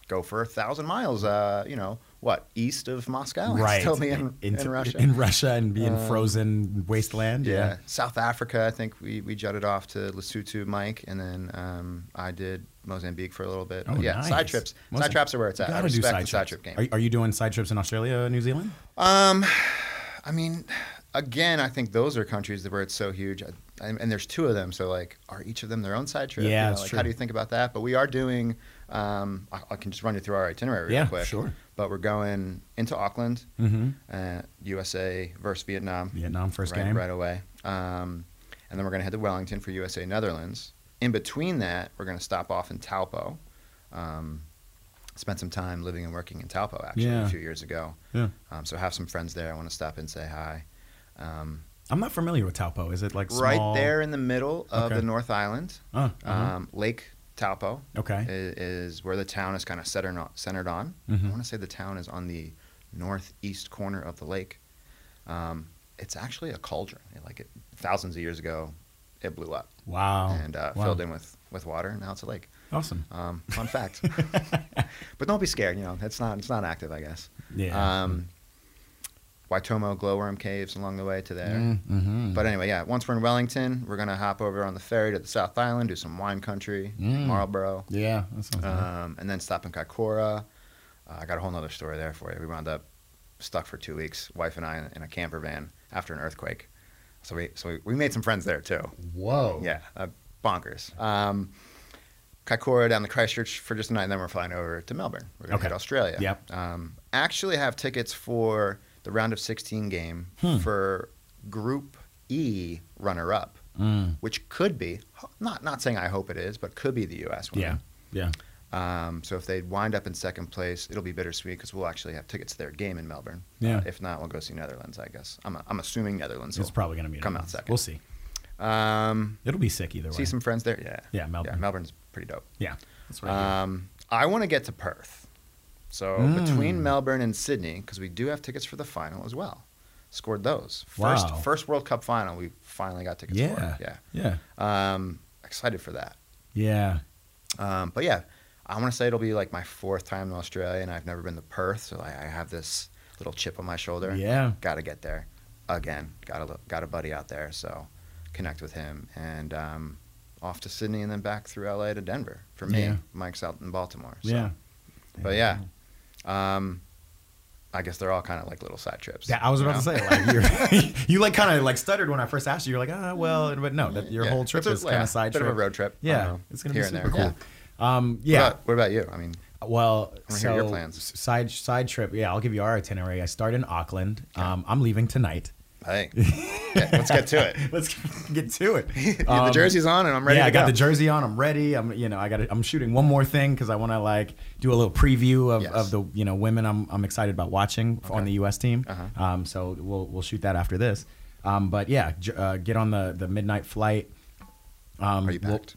[SPEAKER 3] go for a thousand miles. Uh, you know what? East of Moscow, and
[SPEAKER 2] right.
[SPEAKER 3] Still be in, in,
[SPEAKER 2] Into-
[SPEAKER 3] Russia. Um,
[SPEAKER 2] In Russia and being frozen wasteland.
[SPEAKER 3] yeah.
[SPEAKER 2] Yeah.
[SPEAKER 3] South Africa. I think we, we jutted off to Lesotho, Mike, and then um, I did Mozambique for a little bit.
[SPEAKER 2] Oh,
[SPEAKER 3] But yeah,
[SPEAKER 2] nice.
[SPEAKER 3] side trips.
[SPEAKER 2] Mozambique.
[SPEAKER 3] Side traps are where it's
[SPEAKER 2] You
[SPEAKER 3] at. I
[SPEAKER 2] gotta do
[SPEAKER 3] respect
[SPEAKER 2] side
[SPEAKER 3] the side
[SPEAKER 2] trips.
[SPEAKER 3] trip game.
[SPEAKER 2] Are, are you doing side trips in Australia, New Zealand?
[SPEAKER 3] Um, I mean, again, I think those are countries that where it's so huge, I, and and there's two of them. So like, are each of them their own side trip?
[SPEAKER 2] Yeah,
[SPEAKER 3] You know,
[SPEAKER 2] that's
[SPEAKER 3] like,
[SPEAKER 2] true.
[SPEAKER 3] How do you think about that? But we are doing. Um, I, I can just run you through our itinerary
[SPEAKER 2] Yeah,
[SPEAKER 3] real quick.
[SPEAKER 2] sure.
[SPEAKER 3] But we're going into Auckland,
[SPEAKER 2] Mhm.
[SPEAKER 3] uh, USA versus Vietnam.
[SPEAKER 2] Vietnam first
[SPEAKER 3] right,
[SPEAKER 2] game.
[SPEAKER 3] right away. Um, and then we're going to head to Wellington for USA Netherlands. In between that, we're going to stop off in Taupo. Um, spent some time living and working in Taupo actually
[SPEAKER 2] Yeah.
[SPEAKER 3] a few years ago.
[SPEAKER 2] Yeah.
[SPEAKER 3] Um, so have some friends there. I want to stop and say hi. Um,
[SPEAKER 2] I'm not familiar with Taupo. Is it like small?
[SPEAKER 3] right there in the middle of
[SPEAKER 2] Okay.
[SPEAKER 3] the North Island,
[SPEAKER 2] Uh, uh-huh.
[SPEAKER 3] um, Lake Taupo i-
[SPEAKER 2] okay.
[SPEAKER 3] is, where the town is kind of centered on. Centered on.
[SPEAKER 2] Mhm.
[SPEAKER 3] I want to say the town is on the northeast corner of the lake. Um, it's actually a cauldron. It, like it, thousands of years ago, it blew up
[SPEAKER 2] Wow.
[SPEAKER 3] and uh,
[SPEAKER 2] Oh, wow.
[SPEAKER 3] filled in with, with water, and now it's a lake.
[SPEAKER 2] Awesome.
[SPEAKER 3] Um, fun fact. but don't be scared. You know, it's not it's not active, I guess.
[SPEAKER 2] Yeah.
[SPEAKER 3] Um, Waitomo glowworm caves along the way to there.
[SPEAKER 2] mm-hmm.
[SPEAKER 3] But anyway, yeah. Once we're in Wellington, we're gonna hop over on the ferry to the South Island, do some wine country,
[SPEAKER 2] Mm.
[SPEAKER 3] Marlborough,
[SPEAKER 2] yeah, that sounds good.
[SPEAKER 3] um, and then stop in Kaikoura. Uh, I got a whole nother story there for you. We wound up stuck for two weeks, wife and I, in a camper van after an earthquake. So we so we, we made some friends there too.
[SPEAKER 2] Whoa.
[SPEAKER 3] Yeah, uh, bonkers. Um, Kaikoura down to Christchurch for just a night, and then we're flying over to Melbourne. We're going to
[SPEAKER 2] Okay.
[SPEAKER 3] hit Australia.
[SPEAKER 2] Yep.
[SPEAKER 3] Um, actually, have tickets for the round of 16 game
[SPEAKER 2] Hmm.
[SPEAKER 3] for Group E runner up,
[SPEAKER 2] Mm.
[SPEAKER 3] which could be, not, not saying I hope it is, but could be the U.S. one.
[SPEAKER 2] Yeah. Yeah.
[SPEAKER 3] Um, so if they wind up in second place, it'll be bittersweet because we'll actually have tickets to their game in Melbourne.
[SPEAKER 2] Yeah.
[SPEAKER 3] Uh, if not, we'll go see Netherlands, I guess. I'm, I'm assuming Netherlands.
[SPEAKER 2] It's
[SPEAKER 3] will.
[SPEAKER 2] probably gonna be.
[SPEAKER 3] come
[SPEAKER 2] another
[SPEAKER 3] out
[SPEAKER 2] one. We'll see.
[SPEAKER 3] Um,
[SPEAKER 2] It'll be sick either way.
[SPEAKER 3] see some friends there. Yeah.
[SPEAKER 2] Yeah, Melbourne.
[SPEAKER 3] Yeah, Melbourne's pretty dope.
[SPEAKER 2] Yeah. That's
[SPEAKER 3] Um, I want to get to Perth. So
[SPEAKER 2] Mm.
[SPEAKER 3] between Melbourne and Sydney, because we do have tickets for the final as well. Scored those first
[SPEAKER 2] Wow.
[SPEAKER 3] first World Cup final. We finally got tickets
[SPEAKER 2] yeah.
[SPEAKER 3] for.
[SPEAKER 2] Uh, Yeah.
[SPEAKER 3] Yeah. Um, excited for that.
[SPEAKER 2] Yeah.
[SPEAKER 3] Um, but yeah, I want to say it'll be like my fourth time in Australia, and I've never been to Perth, so I, I have this little chip on my shoulder.
[SPEAKER 2] Yeah.
[SPEAKER 3] got to get there again. Got a li- got a buddy out there, so connect with him, and um, off to Sydney, and then back through LA to Denver for me.
[SPEAKER 2] Yeah.
[SPEAKER 3] Mike's out in Baltimore. So.
[SPEAKER 2] Yeah.
[SPEAKER 3] but yeah, um, I guess they're all kind of like little side trips.
[SPEAKER 2] Yeah, I was
[SPEAKER 3] you
[SPEAKER 2] about to
[SPEAKER 3] know?
[SPEAKER 2] say like you're, you like kind of like stuttered when I first asked you. You're like, ah, well, but no, that your
[SPEAKER 3] Yeah.
[SPEAKER 2] whole trip
[SPEAKER 3] It's a-
[SPEAKER 2] is kind
[SPEAKER 3] yeah,
[SPEAKER 2] of side
[SPEAKER 3] bit
[SPEAKER 2] trip.
[SPEAKER 3] of a road trip. I don't
[SPEAKER 2] Yeah,
[SPEAKER 3] know,
[SPEAKER 2] it's gonna
[SPEAKER 3] here
[SPEAKER 2] be
[SPEAKER 3] and
[SPEAKER 2] super
[SPEAKER 3] there.
[SPEAKER 2] cool. Um,
[SPEAKER 3] Yeah.
[SPEAKER 2] yeah.
[SPEAKER 3] What about, what about you? I mean,
[SPEAKER 2] Well,
[SPEAKER 3] wanna
[SPEAKER 2] so
[SPEAKER 3] hear your plans.
[SPEAKER 2] side side trip. Yeah, I'll give you our itinerary. I start in Auckland. Um, I'm leaving tonight.
[SPEAKER 3] hey, yeah, let's get to it.
[SPEAKER 2] Let's get to it.
[SPEAKER 3] the
[SPEAKER 2] Um,
[SPEAKER 3] jersey's on, and I'm ready
[SPEAKER 2] yeah,
[SPEAKER 3] to
[SPEAKER 2] I got
[SPEAKER 3] go.
[SPEAKER 2] the jersey on. I'm ready. I'm you know I got I'm shooting one more thing because I want to like do a little preview of,
[SPEAKER 3] Yes.
[SPEAKER 2] of the you know women I'm I'm excited about watching on the U.S. team.
[SPEAKER 3] Uh-huh.
[SPEAKER 2] Um, so we'll we'll shoot that after this. Um, but yeah, j- uh, get on the the midnight flight. Um,
[SPEAKER 3] Are you
[SPEAKER 2] we'll-
[SPEAKER 3] packed?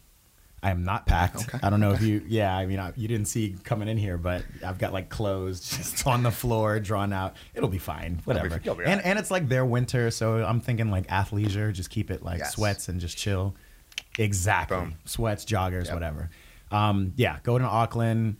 [SPEAKER 2] I am not packed.
[SPEAKER 3] Okay.
[SPEAKER 2] I don't know if you. Yeah, I mean, I, you didn't see coming in here, but I've got like clothes just on the floor, drawn out. It'll be fine. Whatever.
[SPEAKER 3] you'll be
[SPEAKER 2] and
[SPEAKER 3] all right.
[SPEAKER 2] and it's like their winter, so I'm thinking like athleisure. Just keep it like
[SPEAKER 3] Yes.
[SPEAKER 2] sweats and just chill. Exactly.
[SPEAKER 3] Boom.
[SPEAKER 2] Sweats, joggers,
[SPEAKER 3] Yep.
[SPEAKER 2] whatever. Um, yeah, go to Auckland.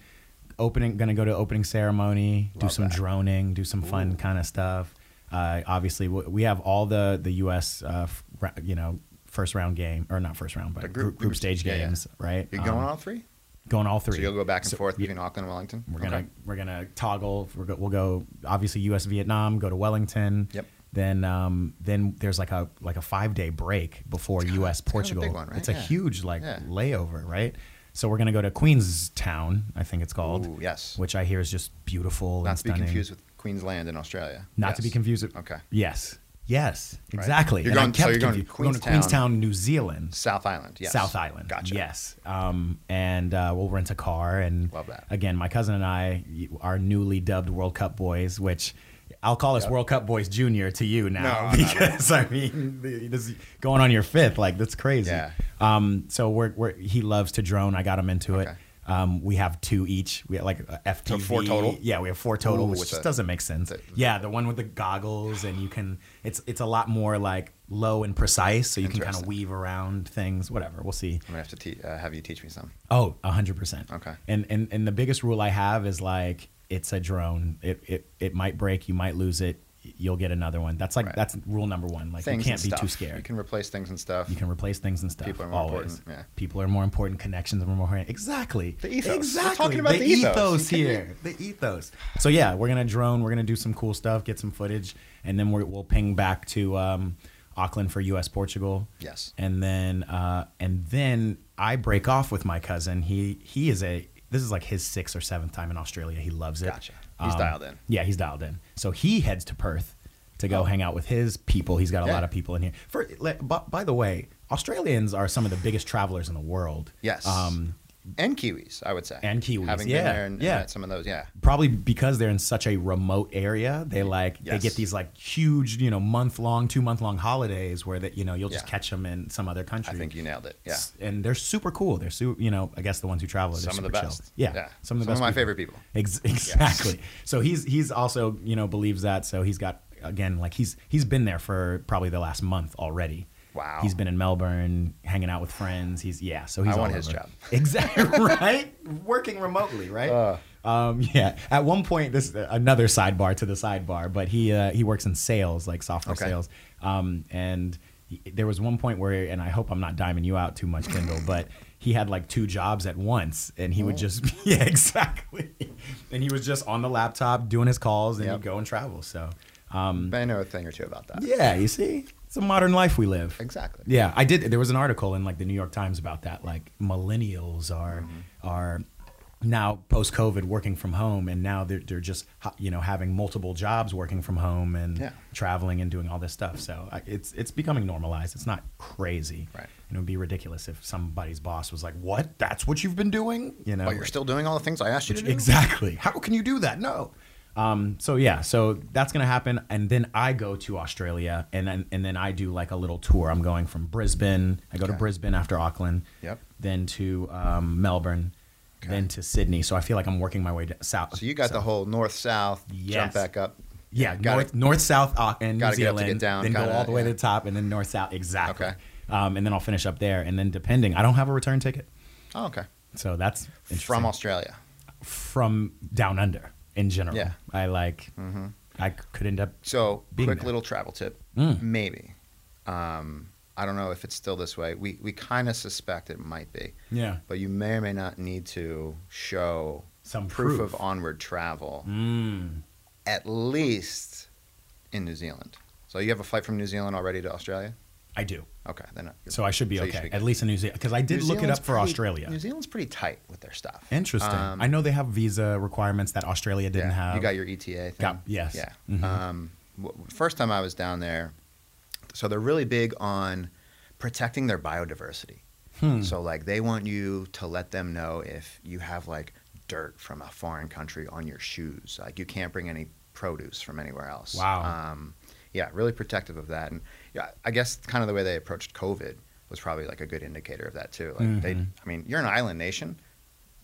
[SPEAKER 2] Opening, gonna go to opening ceremony. do
[SPEAKER 3] Love
[SPEAKER 2] some
[SPEAKER 3] that.
[SPEAKER 2] droning. Do some fun kind of stuff. Uh, obviously, w- we have all the the U.S. Uh, f- ra- you know first round game or not first round, but
[SPEAKER 3] The
[SPEAKER 2] group,
[SPEAKER 3] group-
[SPEAKER 2] group,
[SPEAKER 3] group-
[SPEAKER 2] stage
[SPEAKER 3] yeah, yeah.
[SPEAKER 2] games, right?
[SPEAKER 3] You going
[SPEAKER 2] Um,
[SPEAKER 3] all three?
[SPEAKER 2] Going all three.
[SPEAKER 3] So you'll go back and
[SPEAKER 2] So,
[SPEAKER 3] forth
[SPEAKER 2] yeah,
[SPEAKER 3] between Auckland and Wellington.
[SPEAKER 2] we're gonna we're gonna toggle. We're go, we'll go obviously U.S. Vietnam. Go to Wellington.
[SPEAKER 3] Yep.
[SPEAKER 2] Then um, then there's like a like a five day break before U.S.
[SPEAKER 3] of a big
[SPEAKER 2] Portugal.
[SPEAKER 3] one, right?
[SPEAKER 2] It's a
[SPEAKER 3] Yeah.
[SPEAKER 2] huge like
[SPEAKER 3] Yeah.
[SPEAKER 2] layover, right? So we're gonna go to Queenstown, I think it's called.
[SPEAKER 3] Ooh, yes.
[SPEAKER 2] Which I hear is just beautiful
[SPEAKER 3] Not
[SPEAKER 2] and
[SPEAKER 3] to be
[SPEAKER 2] stunning.
[SPEAKER 3] confused with Queensland in Australia.
[SPEAKER 2] Not
[SPEAKER 3] Yes.
[SPEAKER 2] to be confused. With,
[SPEAKER 3] Okay.
[SPEAKER 2] Yes. Yes.
[SPEAKER 3] Right.
[SPEAKER 2] Exactly.
[SPEAKER 3] You're
[SPEAKER 2] And I
[SPEAKER 3] going- so
[SPEAKER 2] kept
[SPEAKER 3] you're going to
[SPEAKER 2] confused. We're going to
[SPEAKER 3] Queenstown.
[SPEAKER 2] Queenstown, New Zealand.
[SPEAKER 3] South Island. Yes.
[SPEAKER 2] South Island.
[SPEAKER 3] Gotcha.
[SPEAKER 2] Yes. Um, and uh, we'll rent a car. And
[SPEAKER 3] Love that.
[SPEAKER 2] again, my cousin and I are newly dubbed World Cup boys, which I'll call us World Cup boys junior to you now
[SPEAKER 3] No, no, no.
[SPEAKER 2] because I mean the- this is going on your fifth. Like that's crazy.
[SPEAKER 3] Yeah.
[SPEAKER 2] Um, so we're, we're he loves to drone. I got him into
[SPEAKER 3] Okay.
[SPEAKER 2] it. Um, we have two each. We have like a FTV.
[SPEAKER 3] four total?
[SPEAKER 2] Yeah, we have four total,
[SPEAKER 3] Ooh,
[SPEAKER 2] which
[SPEAKER 3] with
[SPEAKER 2] just
[SPEAKER 3] the-
[SPEAKER 2] doesn't make sense.
[SPEAKER 3] the-
[SPEAKER 2] yeah, the one with the goggles and you can. It's it's a lot more like low and precise, so you can kind of
[SPEAKER 3] Interesting.
[SPEAKER 2] weave around things. Whatever, we'll see.
[SPEAKER 3] I'm gonna have to te- uh, have you teach me some.
[SPEAKER 2] Oh, a hundred percent.
[SPEAKER 3] Okay.
[SPEAKER 2] And and and the biggest rule I have is like it's a drone. It it it might break. You might lose it. You'll get another one. That's like
[SPEAKER 3] Right.
[SPEAKER 2] that's rule number one. Like
[SPEAKER 3] Things
[SPEAKER 2] you can't be
[SPEAKER 3] and stuff.
[SPEAKER 2] too
[SPEAKER 3] You
[SPEAKER 2] scared.
[SPEAKER 3] can replace things and stuff.
[SPEAKER 2] You can replace things and stuff.
[SPEAKER 3] People are more
[SPEAKER 2] always.
[SPEAKER 3] important, yeah.
[SPEAKER 2] People are more important. Connections are more important. Exactly.
[SPEAKER 3] The ethos. We're
[SPEAKER 2] Exactly.
[SPEAKER 3] talking about the ethos. You can't-
[SPEAKER 2] here. The ethos. So yeah, we're gonna drone. We're gonna do some cool stuff. Get some footage, and then we're, we'll ping back to um, Auckland for U.S. Portugal.
[SPEAKER 3] Yes.
[SPEAKER 2] And then uh, and then I break off with my cousin. He he is a this is like his sixth or seventh time in Australia. He loves it. Um,
[SPEAKER 3] Gotcha. He's dialed in.
[SPEAKER 2] Yeah, he's dialed in. So he heads to Perth to go hang out with his people. He's got a
[SPEAKER 3] Oh. Yeah.
[SPEAKER 2] lot of people in here. For le- by, by the way, Australians are some of the biggest travelers in the world.
[SPEAKER 3] Yes.
[SPEAKER 2] Um,
[SPEAKER 3] and Kiwis, I would say.
[SPEAKER 2] And Kiwis,
[SPEAKER 3] Having
[SPEAKER 2] yeah,
[SPEAKER 3] been there and, and
[SPEAKER 2] yeah.
[SPEAKER 3] met some of those, yeah.
[SPEAKER 2] Probably because they're in such a remote area, they like
[SPEAKER 3] Yes.
[SPEAKER 2] they get these like huge, you know, month long, two month long holidays where that you know you'll just
[SPEAKER 3] Yeah.
[SPEAKER 2] catch them in some other country.
[SPEAKER 3] I think you nailed it. Yeah.
[SPEAKER 2] S- and they're super cool. They're super, you know, I guess the ones who travel, they're
[SPEAKER 3] Some of the
[SPEAKER 2] super
[SPEAKER 3] best.
[SPEAKER 2] chilled. Yeah,
[SPEAKER 3] Yeah.
[SPEAKER 2] some of the
[SPEAKER 3] Some
[SPEAKER 2] best.
[SPEAKER 3] of my favorite people.
[SPEAKER 2] Ex- exactly. So he's he's also you know believes that. So he's got again like he's he's been there for probably the last month already.
[SPEAKER 3] Wow.
[SPEAKER 2] He's been in Melbourne hanging out with friends. He's yeah. So he's
[SPEAKER 3] I
[SPEAKER 2] all
[SPEAKER 3] want his
[SPEAKER 2] over.
[SPEAKER 3] job.
[SPEAKER 2] Exactly right. Working remotely, right?
[SPEAKER 3] Uh.
[SPEAKER 2] Um, yeah. At one point, this another sidebar to the sidebar, but he uh, he works in sales, like software
[SPEAKER 3] Okay.
[SPEAKER 2] sales. Um, and he, there was one point where, and I hope I'm not diming you out too much, Kendall, but he had like two jobs at once, and he would just yeah, exactly. And he was just on the laptop doing his calls, and
[SPEAKER 3] Yep.
[SPEAKER 2] he'd go and travel. So
[SPEAKER 3] I know a thing or two about that.
[SPEAKER 2] yeah, you see, it's a modern life we live.
[SPEAKER 3] Exactly.
[SPEAKER 2] Yeah, I did. There was an article in like the New York Times about that. Like millennials are
[SPEAKER 3] Mm-hmm.
[SPEAKER 2] are now post COVID working from home, and now they're they're just ho- you know having multiple jobs working from home and
[SPEAKER 3] Yeah.
[SPEAKER 2] traveling and doing all this stuff. So I, it's it's becoming normalized. It's not crazy.
[SPEAKER 3] Right.
[SPEAKER 2] And it would be ridiculous if somebody's boss was like, "What? That's what you've been doing?" You know.
[SPEAKER 3] But you're still doing all the things I asked you to do.
[SPEAKER 2] Exactly. How can you do that? No. Um, so yeah, so that's gonna happen, and then I go to Australia, and then and then I do like a little tour. I'm going from Brisbane. I go to
[SPEAKER 3] Okay.
[SPEAKER 2] Brisbane after Auckland.
[SPEAKER 3] Yep.
[SPEAKER 2] Then to um, Melbourne, then to Sydney. So I feel like I'm working my way to south.
[SPEAKER 3] So you got the whole north south,
[SPEAKER 2] Yes.
[SPEAKER 3] jump back up.
[SPEAKER 2] yeah
[SPEAKER 3] got
[SPEAKER 2] north
[SPEAKER 3] it.
[SPEAKER 2] north south Au- and New
[SPEAKER 3] Gotta get up to
[SPEAKER 2] Zealand.
[SPEAKER 3] get down,
[SPEAKER 2] then go
[SPEAKER 3] kinda,
[SPEAKER 2] all the way to
[SPEAKER 3] yeah.
[SPEAKER 2] the top, and then north south exactly.
[SPEAKER 3] Okay.
[SPEAKER 2] Um, and then I'll finish up there, and then depending, I don't have a return ticket,
[SPEAKER 3] Oh, okay.
[SPEAKER 2] so that's
[SPEAKER 3] From
[SPEAKER 2] interesting.
[SPEAKER 3] Australia.
[SPEAKER 2] from down under in general.
[SPEAKER 3] Yeah. Mm-hmm.
[SPEAKER 2] I like. I could end up.
[SPEAKER 3] So,
[SPEAKER 2] Being
[SPEAKER 3] quick
[SPEAKER 2] there. Mm.
[SPEAKER 3] little travel tip, maybe. Um, I don't know if it's still this way. We we kind of suspect it might be,
[SPEAKER 2] Yeah.
[SPEAKER 3] but you may or may not need to show
[SPEAKER 2] Some
[SPEAKER 3] proof,
[SPEAKER 2] proof.
[SPEAKER 3] of onward travel
[SPEAKER 2] Mm.
[SPEAKER 3] at least in New Zealand. So you have a flight from New Zealand already to Australia?
[SPEAKER 2] I do.
[SPEAKER 3] Okay, then uh, you're-
[SPEAKER 2] So I should be
[SPEAKER 3] so you
[SPEAKER 2] okay.
[SPEAKER 3] good.
[SPEAKER 2] At least in New Zealand, because I did
[SPEAKER 3] New
[SPEAKER 2] look
[SPEAKER 3] Zealand's
[SPEAKER 2] it up for
[SPEAKER 3] pretty-
[SPEAKER 2] Australia.
[SPEAKER 3] New Zealand's pretty tight with their stuff.
[SPEAKER 2] Interesting.
[SPEAKER 3] Um,
[SPEAKER 2] I know they have visa requirements that Australia didn't
[SPEAKER 3] yeah,
[SPEAKER 2] have.
[SPEAKER 3] You got your ETA thing.
[SPEAKER 2] Got- yes.
[SPEAKER 3] Yeah.
[SPEAKER 2] Mhm.
[SPEAKER 3] Um, w- first time I was down there, so they're really big on protecting their biodiversity.
[SPEAKER 2] Hmm.
[SPEAKER 3] So like they want you to let them know if you have like dirt from a foreign country on your shoes. Like you can't bring any produce from anywhere else.
[SPEAKER 2] Wow.
[SPEAKER 3] Um, yeah, really protective of that. And yeah, I guess kind of the way they approached COVID was probably like a good indicator of that too. Like they, I mean, you're an island nation.